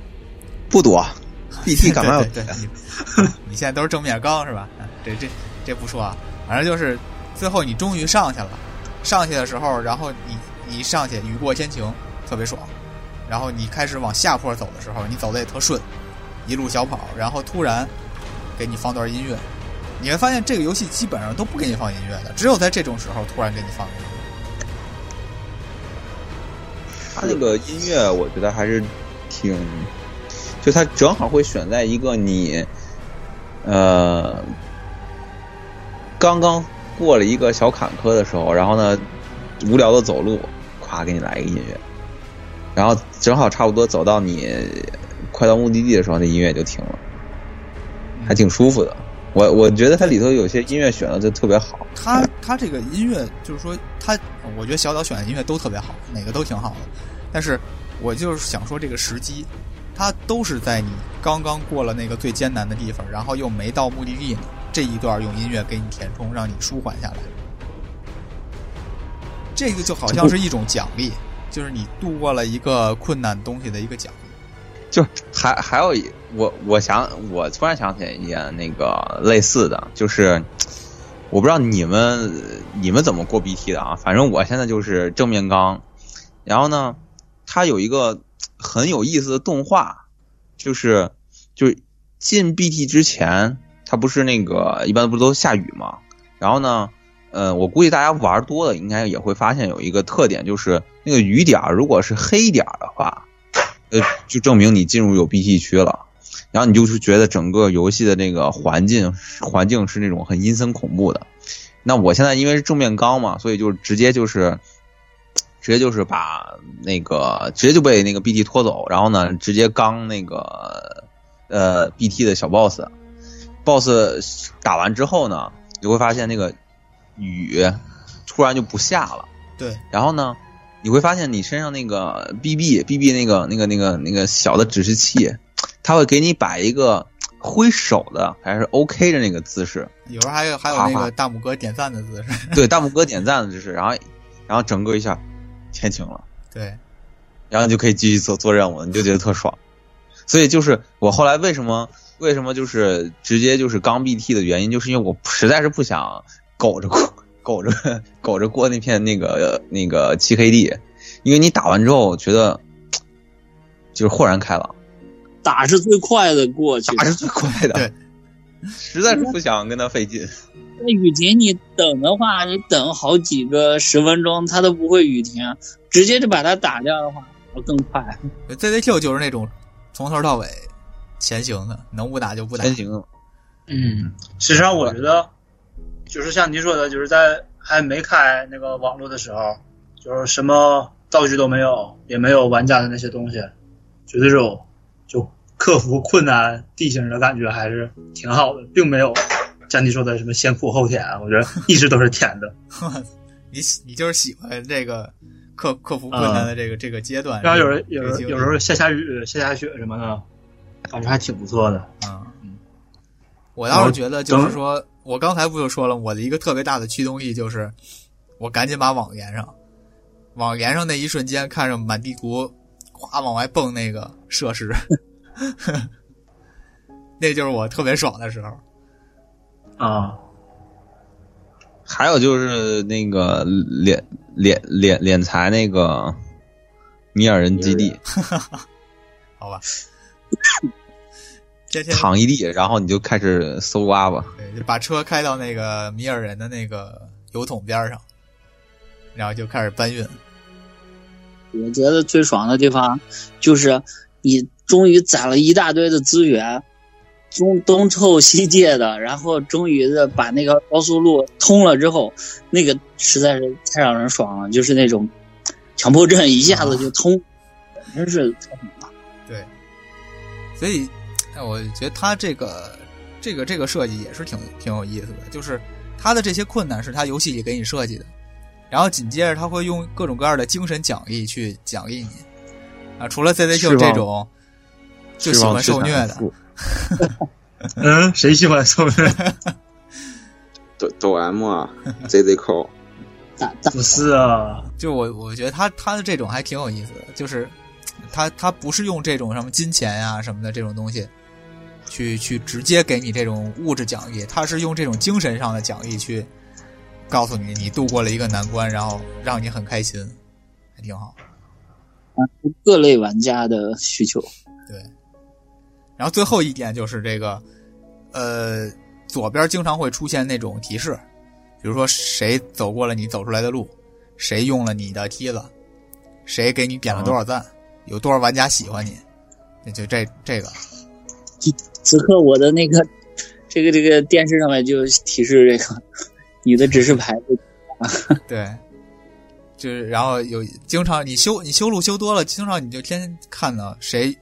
[SPEAKER 2] 不啊躲，BT 干嘛要
[SPEAKER 1] 对对对，你 你现在都是正面刚是吧？啊这这这不说啊，反正就是最后你终于上去了，上去的时候，然后你你上去雨过天晴，特别爽。然后你开始往下坡走的时候，你走的也特顺，一路小跑，然后突然给你放段音乐，你会发现这个游戏基本上都不给你放音乐的，只有在这种时候突然给你放音乐。
[SPEAKER 2] 他那个音乐，我觉得还是挺，就他正好会选在一个你，呃，刚刚过了一个小坎坷的时候，然后呢，无聊的走路，咵给你来一个音乐，然后正好差不多走到你快到目的地的时候，那音乐就停了，还挺舒服的。我我觉得它里头有些音乐选的就特别好，
[SPEAKER 1] 他他这个音乐就是说他，我觉得小岛选的音乐都特别好，哪个都挺好的。但是我就是想说这个时机，它都是在你刚刚过了那个最艰难的地方，然后又没到目的地呢，这一段用音乐给你填充，让你舒缓下来。这个就好像是一种奖励，就是你度过了一个困难东西的一个奖励。
[SPEAKER 2] 就是还还有一我我想我突然想起来一件那个类似的，就是我不知道你们你们怎么过 BT 的啊，反正我现在就是正面刚，然后呢，它有一个很有意思的动画，就是就是进 BT 之前，它不是那个一般不是都下雨嘛，然后呢。呃，我估计大家玩多了，应该也会发现有一个特点，就是那个雨点儿如果是黑点儿的话，呃，就证明你进入有 BT 区了，然后你就是觉得整个游戏的那个环境环境是那种很阴森恐怖的。那我现在因为是正面刚嘛，所以就直接就是直接就是把那个直接就被那个 BT 拖走，然后呢直接刚那个呃 BT 的小 boss。boss 打完之后呢，你会发现那个雨突然就不下了。
[SPEAKER 1] 对，
[SPEAKER 2] 然后呢，你会发现你身上那个 BB BB 那个那个那个那个小的指示器，它会给你摆一个挥手的还是 OK 的那个姿势，
[SPEAKER 1] 有时候还有还有那个大拇哥点赞的姿势。
[SPEAKER 2] 对，大拇哥点赞的姿势，然后然后整个一下天晴了，
[SPEAKER 1] 对，
[SPEAKER 2] 然后你就可以继续做做任务了，你就觉得特爽。所以就是我后来为什么为什么就是直接就是刚 BT 的原因，就是因为我实在是不想苟着过 苟着苟着过那片那个那个漆黑地，因为你打完之后我觉得就是豁然开朗，
[SPEAKER 5] 打是最快的过去的，
[SPEAKER 2] 打是最快的，
[SPEAKER 1] 对，
[SPEAKER 2] 实在是不想跟他费劲。
[SPEAKER 5] 那雨停你等的话，你等好几个十分钟，它都不会雨停，啊直接就把它打掉的话，更快。啊
[SPEAKER 1] ZZQ 就是那种从头到尾前行的，能不打就不打。
[SPEAKER 2] 真行，
[SPEAKER 5] 嗯，
[SPEAKER 4] 实际上，我觉得就是像您说的，就是在还没开那个网络的时候，就是什么道具都没有，也没有玩家的那些东西，就这种就克服困难地形的感觉还是挺好的，并没有像你说的什么先苦后甜，我觉得一直都是甜的。
[SPEAKER 1] 你喜你就是喜欢这个克克服困难的这个、这个阶段。
[SPEAKER 4] 然后有
[SPEAKER 1] 这
[SPEAKER 4] 人
[SPEAKER 1] 个
[SPEAKER 4] 有
[SPEAKER 1] 这个
[SPEAKER 4] 人
[SPEAKER 1] 阶段
[SPEAKER 4] 有时候下下雨、下下雪什么的，感觉还挺不错的。
[SPEAKER 1] 嗯，我倒是觉得就是说，我刚才不就说了，我的一个特别大的驱动力就是，我赶紧把网连上，网连上那一瞬间，看着满地图咵往外蹦那个设施， 那就是我特别爽的时候。
[SPEAKER 4] 啊，
[SPEAKER 2] 还有就是那个敛敛敛敛财那个米尔人基地
[SPEAKER 1] 好吧，这天
[SPEAKER 2] 躺一地，然后你就开始搜刮吧。
[SPEAKER 1] 对，就把车开到那个米尔人的那个油桶边儿上，然后就开始搬运。
[SPEAKER 5] 我觉得最爽的地方就是你终于攒了一大堆的资源，东东凑西借的，然后终于的把那个高速路通了之后，那个实在是太让人爽了，就是那种强迫症一下子就通，真是太爽了。
[SPEAKER 1] 所以，哎，我觉得他这个这个这个设计也是挺挺有意思的，就是他的这些困难是他游戏里给你设计的，然后紧接着他会用各种各样的精神奖励去奖励你啊，除了 C C
[SPEAKER 2] 是
[SPEAKER 1] Q
[SPEAKER 2] 吗
[SPEAKER 1] 这种就喜欢受虐
[SPEAKER 2] 释
[SPEAKER 1] 的
[SPEAKER 2] 放资产，富
[SPEAKER 4] 嗯，谁喜欢送人？
[SPEAKER 3] 抖抖 M 啊，ZZ 扣，
[SPEAKER 5] 大大
[SPEAKER 4] 不是啊，
[SPEAKER 1] 就我我觉得他他的这种还挺有意思的，就是他他不是用这种什么金钱啊什么的这种东西去去直接给你这种物质奖励，他是用这种精神上的奖励去告诉你你度过了一个难关，然后让你很开心，还挺好。
[SPEAKER 5] 各类玩家的需求，
[SPEAKER 1] 对，然后最后一点就是这个，呃，左边经常会出现那种提示，比如说谁走过了你走出来的路，谁用了你的梯子，谁给你点了多少赞，有多少玩家喜欢你，那就这这个
[SPEAKER 5] 此刻我的那个这个这个电视上面就提示这个你的指示牌被
[SPEAKER 1] 对，就是然后有经常你修你修路修多了，经常你就天天看到谁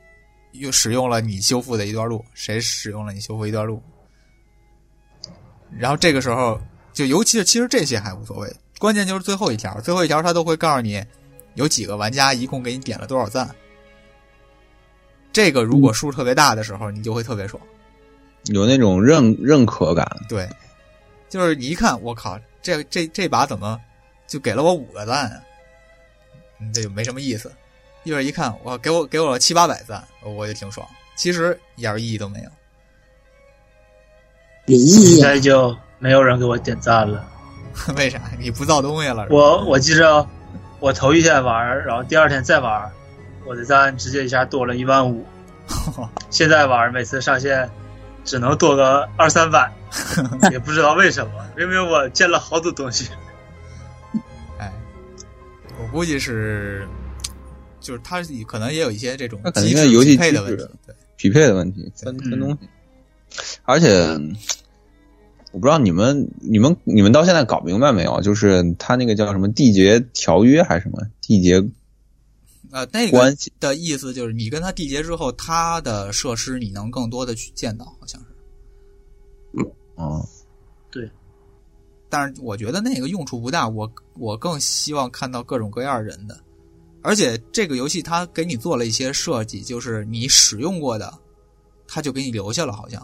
[SPEAKER 1] 又使用了你修复的一段路，谁使用了你修复一段路，然后这个时候就尤其是其实这些还无所谓，关键就是最后一条，最后一条他都会告诉你有几个玩家一共给你点了多少赞。这个如果数特别大的时候，你就会特别爽。
[SPEAKER 2] 有那种认认可感，
[SPEAKER 1] 对，就是你一看，我靠，这这这把怎么就给了我五个赞啊？嗯，这就没什么意思。一会儿一看，我给我给我七八百赞，我就挺爽。其实一点意义都没有。
[SPEAKER 5] 有意
[SPEAKER 4] 应
[SPEAKER 5] 义啊。
[SPEAKER 4] 该就没有人给我点赞了。
[SPEAKER 1] 为啥？你不造东西了？是吧
[SPEAKER 4] 我我记着，我头一天玩儿，然后第二天再玩儿，我的赞直接一下多了一万五。现在玩儿每次上线只能多个二三百，也不知道为什么，明明我建了好多东西。
[SPEAKER 1] 哎，我估计是，就是他可能也有一些这种
[SPEAKER 2] 那肯定
[SPEAKER 1] 机
[SPEAKER 2] 是
[SPEAKER 1] 制
[SPEAKER 2] 游戏
[SPEAKER 1] 匹配的
[SPEAKER 2] 机
[SPEAKER 1] 问
[SPEAKER 2] 制
[SPEAKER 1] 题。对，
[SPEAKER 2] 匹配的问题，分分东西。而且我不知道你们、你们、你们到现在搞明白没有？就是他那个叫什么缔结条约还是什么缔结
[SPEAKER 1] 呃，那个
[SPEAKER 2] 关系？
[SPEAKER 1] 的意思就是你跟他缔结之后，他的设施你能更多的去见到，好像是。
[SPEAKER 2] 嗯，
[SPEAKER 1] 但是我觉得那个用处不大，我我更希望看到各种各样人的。而且这个游戏它给你做了一些设计，就是你使用过的，它就给你留下了，好像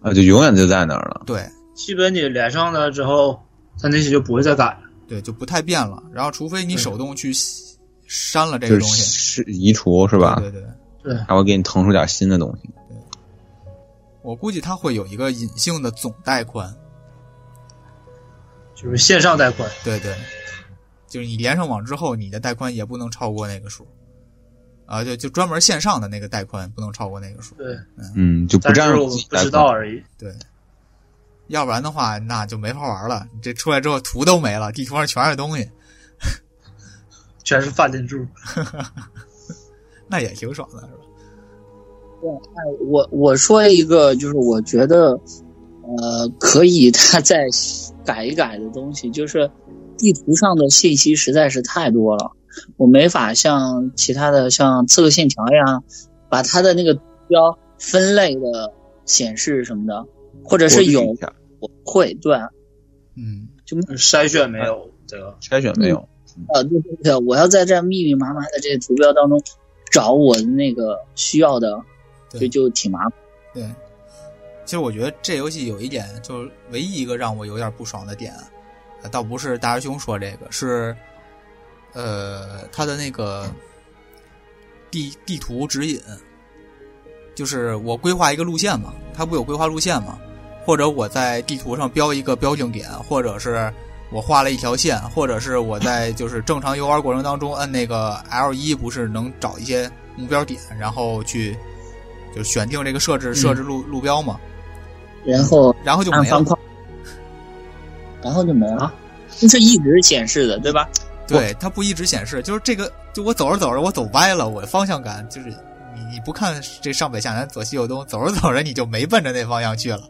[SPEAKER 2] 啊，就永远就在那儿了。
[SPEAKER 1] 对
[SPEAKER 4] 基本你连上了之后，它那些就不会再改了。
[SPEAKER 1] 对，就不太变了。然后除非你
[SPEAKER 4] 对
[SPEAKER 1] 手动去删了这
[SPEAKER 2] 就
[SPEAKER 1] 个
[SPEAKER 2] 是
[SPEAKER 1] 东西，
[SPEAKER 2] 是移除是吧？
[SPEAKER 1] 对对对，
[SPEAKER 4] 对，
[SPEAKER 2] 还会给你腾出点新的东西。
[SPEAKER 1] 我估计它会有一个隐性的总带宽，
[SPEAKER 4] 就是线上带宽。
[SPEAKER 1] 对对，就是你连上网之后，你的带宽也不能超过那个数，啊，就就专门线上的那个带宽不能超过那个数，
[SPEAKER 4] 对，
[SPEAKER 2] 嗯，就不
[SPEAKER 4] 但
[SPEAKER 2] 占
[SPEAKER 4] 是
[SPEAKER 2] 用
[SPEAKER 4] 我
[SPEAKER 2] 自己
[SPEAKER 4] 不
[SPEAKER 2] 来
[SPEAKER 4] 知道而已。
[SPEAKER 1] 对，要不然的话，那就没法玩了。你这出来之后，图都没了，地图上全是东西，
[SPEAKER 4] 全是饭店住，
[SPEAKER 1] 那也挺爽的，是吧？
[SPEAKER 5] 我我说一个，就是我觉得，呃，可以他再改一改的东西，就是地图上的信息实在是太多了，我没法像其他的像《刺客信条》呀，把它的那个标分类的显示什么的，或者
[SPEAKER 2] 我
[SPEAKER 5] 是
[SPEAKER 2] 捋
[SPEAKER 5] 有
[SPEAKER 2] 一下
[SPEAKER 5] 我会对啊
[SPEAKER 1] 嗯，
[SPEAKER 4] 筛选没有这个。
[SPEAKER 2] 筛选没有，
[SPEAKER 5] 呃，对对对，我要在这密密麻麻的这些图标当中找我的那个需要的，就
[SPEAKER 1] 对
[SPEAKER 5] 就挺麻烦。
[SPEAKER 1] 对。其实我觉得这游戏有一点，就是唯呃一一个让我有点不爽的点，啊倒不是大师兄说这个，是呃，它的那个地地图指引，就是我规划一个路线嘛，它不有规划路线嘛？或者我在地图上标一个标定点，或者是我画了一条线，或者是我在就是正常游玩过程当中按那个 L 一，不是能找一些目标点，然后去就选定这个设置设置路路标嘛，
[SPEAKER 5] 然后
[SPEAKER 1] 然后就
[SPEAKER 5] 按
[SPEAKER 1] 没了
[SPEAKER 5] 方。框，啊然后就没了，就是一直显示的，对吧？
[SPEAKER 1] 对，它不一直显示，就是这个，就我走着走着，我走歪了，我方向感就是你你不看这上北下南左西右东，走着走着你就没奔着那方向去了，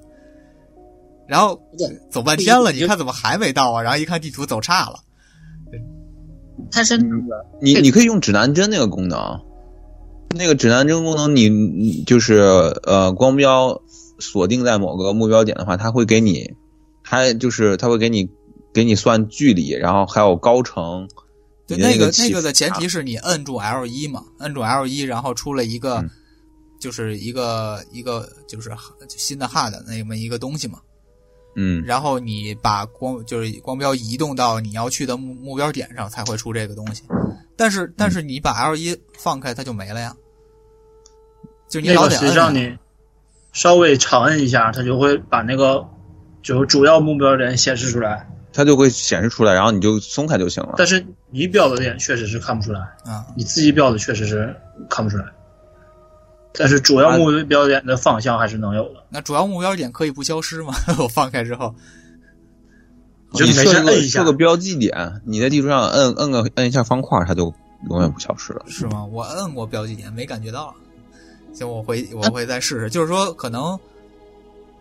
[SPEAKER 1] 然后
[SPEAKER 5] 对
[SPEAKER 1] 走半天了，
[SPEAKER 5] 你
[SPEAKER 1] 你看怎么还没到啊？然后一看地图走岔了，
[SPEAKER 5] 它是
[SPEAKER 2] 你你可以用指南针那个功能，那个指南针功能你，你就是呃光标锁定在某个目标点的话，它会给你，它就是它会给你给你算距离，然后还有高程。
[SPEAKER 1] 对，
[SPEAKER 2] 你的
[SPEAKER 1] 那个
[SPEAKER 2] 起
[SPEAKER 1] 那
[SPEAKER 2] 伏
[SPEAKER 1] 个的前提是你摁住 L 一嘛，摁住 L 一，然后出了一个、
[SPEAKER 2] 嗯
[SPEAKER 1] 就是一个一个就是新的 HUD 那么一个东西嘛，
[SPEAKER 2] 嗯，
[SPEAKER 1] 然后你把光就是光标移动到你要去的目目标点上，才会出这个东西。但是
[SPEAKER 4] 嗯
[SPEAKER 1] 但是你把 L 一放开，它就没了呀。就你
[SPEAKER 4] 那
[SPEAKER 1] 老
[SPEAKER 4] 个
[SPEAKER 1] 得
[SPEAKER 4] 实际
[SPEAKER 1] 摁
[SPEAKER 4] 上
[SPEAKER 1] 啊。
[SPEAKER 4] 你稍微长摁一下，它就会把那个就是主要目标点显示出来，
[SPEAKER 2] 它就会显示出来，然后你就松开就行了。
[SPEAKER 4] 但是你标的点确实是看不出来，
[SPEAKER 1] 啊
[SPEAKER 4] 你自己标的确实是看不出来，但是主要目标点的方向还是能有的，
[SPEAKER 1] 那主要目标点可以不消失吗？ 我放开之后，
[SPEAKER 4] 就
[SPEAKER 1] 哦
[SPEAKER 2] 你
[SPEAKER 4] 没事
[SPEAKER 2] 设个
[SPEAKER 4] 摁一下
[SPEAKER 2] 设个标记点，你在地图上摁摁个摁一下方块，它就永远不消失了。
[SPEAKER 1] 是吗？我摁过标记点，没感觉到。行，我回我会再试试。就是说，可能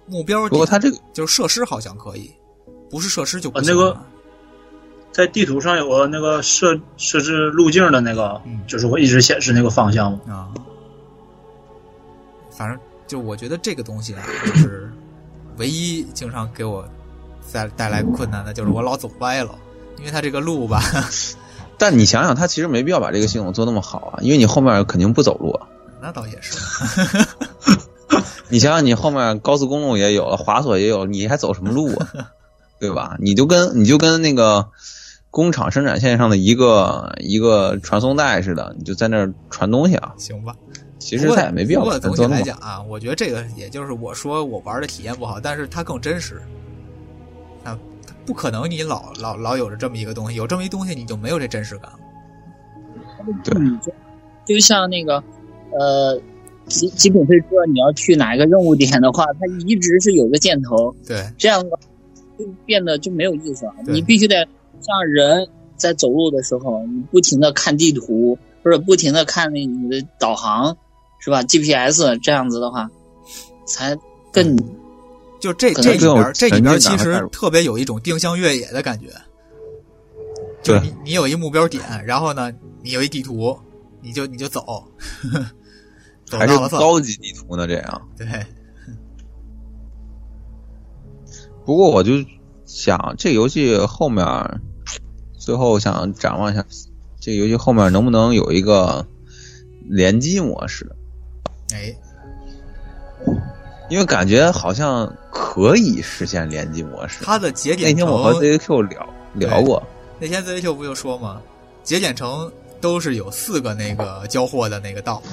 [SPEAKER 1] 目标
[SPEAKER 2] 不过
[SPEAKER 1] 点
[SPEAKER 2] 它这个
[SPEAKER 1] 就是设施好像可以，不是设施就不
[SPEAKER 4] 啊
[SPEAKER 1] 行
[SPEAKER 4] 那个
[SPEAKER 1] 了
[SPEAKER 4] 在地图上有个那个设设置路径的那个
[SPEAKER 1] 嗯，
[SPEAKER 4] 就是会一直显示那个方向嘛。
[SPEAKER 1] 啊，反正就我觉得这个东西啊，就是唯一经常给我带带来困难的，就是我老走歪了，因为它这个路吧，
[SPEAKER 2] 但你想想，它其实没必要把这个系统做那么好啊，因为你后面肯定不走路啊。
[SPEAKER 1] 那倒也是，
[SPEAKER 2] 你想想，你后面高速公路也有了，滑索也有，你还走什么 路啊？对吧？你就跟你就跟那个工厂生产线上的一个一个传送带似的，你就在那儿传东西啊。
[SPEAKER 1] 行吧。
[SPEAKER 2] 其实它也没必要
[SPEAKER 1] 不过
[SPEAKER 2] 做
[SPEAKER 1] 总
[SPEAKER 2] 那
[SPEAKER 1] 体
[SPEAKER 2] 么
[SPEAKER 1] 来
[SPEAKER 2] 好
[SPEAKER 1] 讲啊，我觉得这个也就是我说我玩的体验不好，但是它更真实。它它不可能你老老老有着这么一个东西，有这么一东西你就没有这真实感了。
[SPEAKER 2] 对
[SPEAKER 5] 嗯，就像那个呃，极极品飞车，你要去哪一个任务点的话，它一直是有个箭头，
[SPEAKER 1] 对
[SPEAKER 5] 这样就变得就没有意思了。
[SPEAKER 1] 对
[SPEAKER 5] 你必须得像人在走路的时候，你不停的看地图，或者不停的看那你的导航，是吧？GPS 这样子的话，才更
[SPEAKER 1] 嗯就这
[SPEAKER 5] 可
[SPEAKER 1] 这
[SPEAKER 5] 能
[SPEAKER 1] 里
[SPEAKER 2] 更有
[SPEAKER 1] 边这里
[SPEAKER 2] 沉
[SPEAKER 1] 边
[SPEAKER 2] 浸
[SPEAKER 1] 其
[SPEAKER 2] 感和代
[SPEAKER 1] 实
[SPEAKER 2] 入
[SPEAKER 1] 特别有一种定向越野的感觉。就
[SPEAKER 2] 对
[SPEAKER 1] 你你有一目标点，然后呢，你有一地图，你就你就走，走
[SPEAKER 2] 还是
[SPEAKER 1] 到了算
[SPEAKER 2] 高级地图呢？这样。
[SPEAKER 1] 对，
[SPEAKER 2] 不过我就想，这游戏后面最后想展望一下，这个游戏后面能不能有一个联机模式？
[SPEAKER 1] 哎，
[SPEAKER 2] 因为感觉好像可以实现联机模式。
[SPEAKER 1] 它的节
[SPEAKER 2] 那
[SPEAKER 1] 点
[SPEAKER 2] 天
[SPEAKER 1] 城
[SPEAKER 2] 我和 ZQ 聊聊过，
[SPEAKER 1] 那天 ZQ 不就说嘛，节点城都是有四个那个交货的那个道，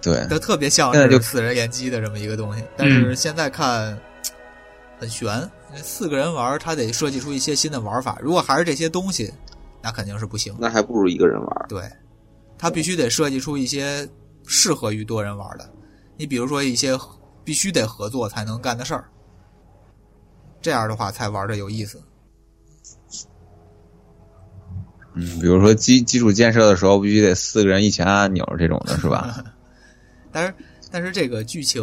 [SPEAKER 2] 对，
[SPEAKER 1] 它特别像
[SPEAKER 2] 现在
[SPEAKER 1] 是
[SPEAKER 2] 就嗯
[SPEAKER 1] 四人联机的这么一个东西，但是现在看很悬，因为四个人玩儿，它得设计出一些新的玩法，如果还是这些东西，那肯定是不行。
[SPEAKER 3] 那还不如一个人玩儿。
[SPEAKER 1] 对，它必须得设计出一些适合于多人玩的。你比如说一些合必须得合作才能干的事儿，这样的话才玩的有意思。
[SPEAKER 2] 嗯，比如说基基础建设的时候，必须得四个人一起按按钮这种的，是吧？
[SPEAKER 1] 但是但是这个剧情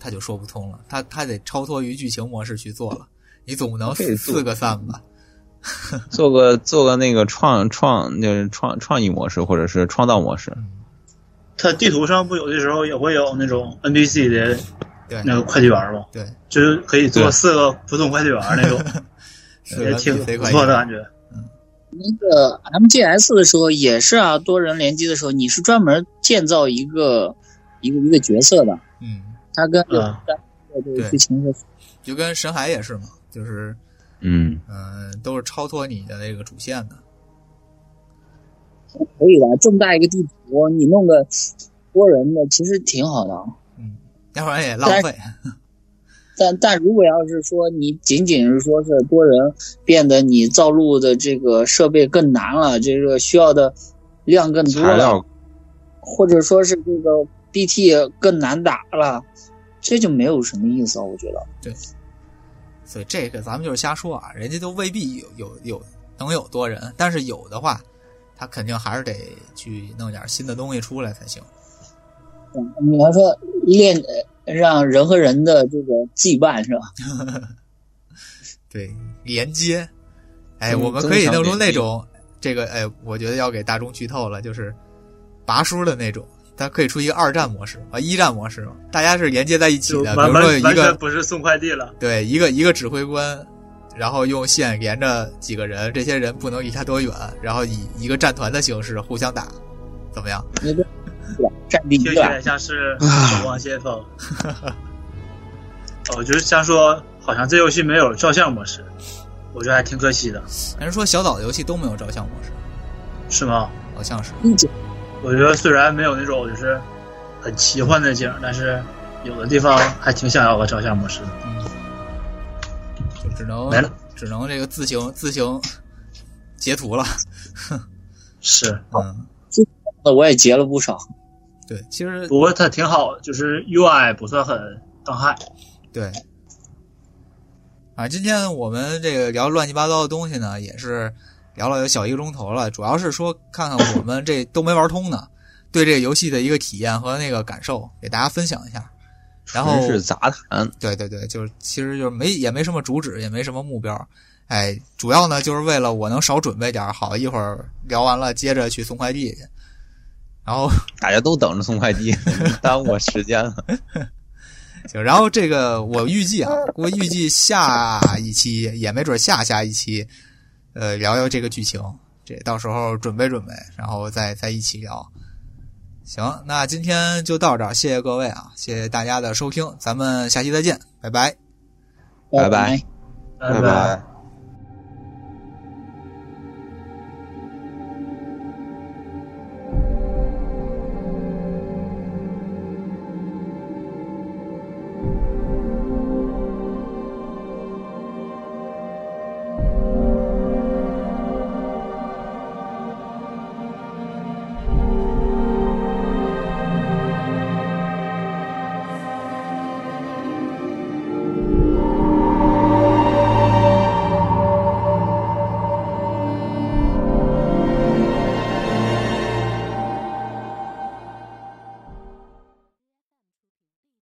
[SPEAKER 1] 它就说不通了，它它得超脱于剧情模式去做了。你总不能
[SPEAKER 2] 可以
[SPEAKER 1] 四
[SPEAKER 2] 做
[SPEAKER 1] 四个散吧？
[SPEAKER 2] 做个做个那个创创就是创创意模式或者是创造模式，
[SPEAKER 4] 它地图上不有的时候也会有那种 NPC 的
[SPEAKER 1] 对
[SPEAKER 4] 那个快递员吗？
[SPEAKER 1] 对，
[SPEAKER 4] 就是可以做
[SPEAKER 2] 对
[SPEAKER 4] 四个普通快递员 那种，
[SPEAKER 1] 四
[SPEAKER 4] 也
[SPEAKER 1] 个
[SPEAKER 4] 挺
[SPEAKER 1] NPC
[SPEAKER 4] 不
[SPEAKER 1] 快
[SPEAKER 4] 错的
[SPEAKER 1] 递
[SPEAKER 4] 感觉。
[SPEAKER 5] 那个 MGS 的时候也是啊，多人联机的时候，你是专门建造一个一个一个角色的，
[SPEAKER 1] 嗯，
[SPEAKER 5] 它跟这
[SPEAKER 4] 嗯
[SPEAKER 2] 啊
[SPEAKER 5] 个这个剧情是
[SPEAKER 1] 就跟神海也是嘛，就是
[SPEAKER 2] 嗯，
[SPEAKER 1] 嗯、呃都是超脱你的那个主线的。
[SPEAKER 5] 可以的，这么大一个地图，你弄个多人的其实挺好的。
[SPEAKER 1] 要不然也浪费。
[SPEAKER 5] 但但如果要是说你仅仅是说是多人，变得你造路的这个设备更难了，这个需要的量更多
[SPEAKER 2] 材
[SPEAKER 5] 了，
[SPEAKER 2] 料
[SPEAKER 5] 或者说是这个 BT 更难打了，这就没有什么意思了，我觉得。
[SPEAKER 1] 所以这个咱们就是瞎说啊，人家都未必有有有能有多人，但是有的话，他肯定还是得去弄点新的东西出来才行。
[SPEAKER 5] 你要说练让人和人的这个羁绊是吧？
[SPEAKER 1] 对，连接，哎，
[SPEAKER 2] 嗯
[SPEAKER 1] 我们可以弄出
[SPEAKER 2] 增强
[SPEAKER 1] 那
[SPEAKER 2] 连接
[SPEAKER 1] 种这个，哎，我觉得要给大众剧透了，就是拔叔的那种，它可以出一个二战模式啊，一战模式，大家是连接在一起
[SPEAKER 4] 就
[SPEAKER 1] 的，比
[SPEAKER 4] 完
[SPEAKER 1] 如
[SPEAKER 4] 完
[SPEAKER 1] 说有一
[SPEAKER 4] 完全
[SPEAKER 1] 个
[SPEAKER 4] 不是送快递了，
[SPEAKER 1] 对一个一个指挥官。然后用线连着几个人，这些人不能离他多远，然后以一个战团的形式互相打，怎么样？
[SPEAKER 5] 你这是吧占地
[SPEAKER 4] 听
[SPEAKER 5] 一
[SPEAKER 4] 起
[SPEAKER 5] 段
[SPEAKER 4] 来像 是守望先锋。哦，就是像说，好像这游戏没有照相模式，我觉得还挺可惜的，
[SPEAKER 1] 人说小岛的游戏都没有照相模式，
[SPEAKER 4] 是吗？
[SPEAKER 1] 好像是。
[SPEAKER 5] 一直
[SPEAKER 4] 我觉得虽然没有那种就是很奇幻的景，但是有的地方还挺想要个照相模式的。
[SPEAKER 1] 嗯，就只能
[SPEAKER 4] 没了
[SPEAKER 1] 只能这个自行自行截图了。
[SPEAKER 4] 是，
[SPEAKER 1] 嗯，
[SPEAKER 5] 我也截了不少。
[SPEAKER 1] 对，其实
[SPEAKER 4] 不过它挺好，就是 UI 不算很当害。
[SPEAKER 1] 对。啊，今天我们这个聊乱七八糟的东西呢，也是聊了有小一个钟头了，主要是说看看我们这都没玩通呢，对这个游戏的一个体验和那个感受，给大家分享一下。然后
[SPEAKER 2] 纯是杂谈，
[SPEAKER 1] 对对对，就是其实就是没也没什么主旨，也没什么目标，哎，主要呢就是为了我能少准备点儿，好一会儿聊完了接着去送快递去。然后
[SPEAKER 2] 大家都等着送快递，耽误我时间了。
[SPEAKER 1] 行，然后这个我预计啊，我预计下一期也没准下下一期，呃，聊聊这个剧情，这到时候准备准备，然后再再一起聊。行，那今天就到这儿，谢谢各位啊，谢谢大家的收听，咱们下期再见，拜拜。
[SPEAKER 2] 拜拜
[SPEAKER 5] 拜。
[SPEAKER 4] 拜
[SPEAKER 3] 拜拜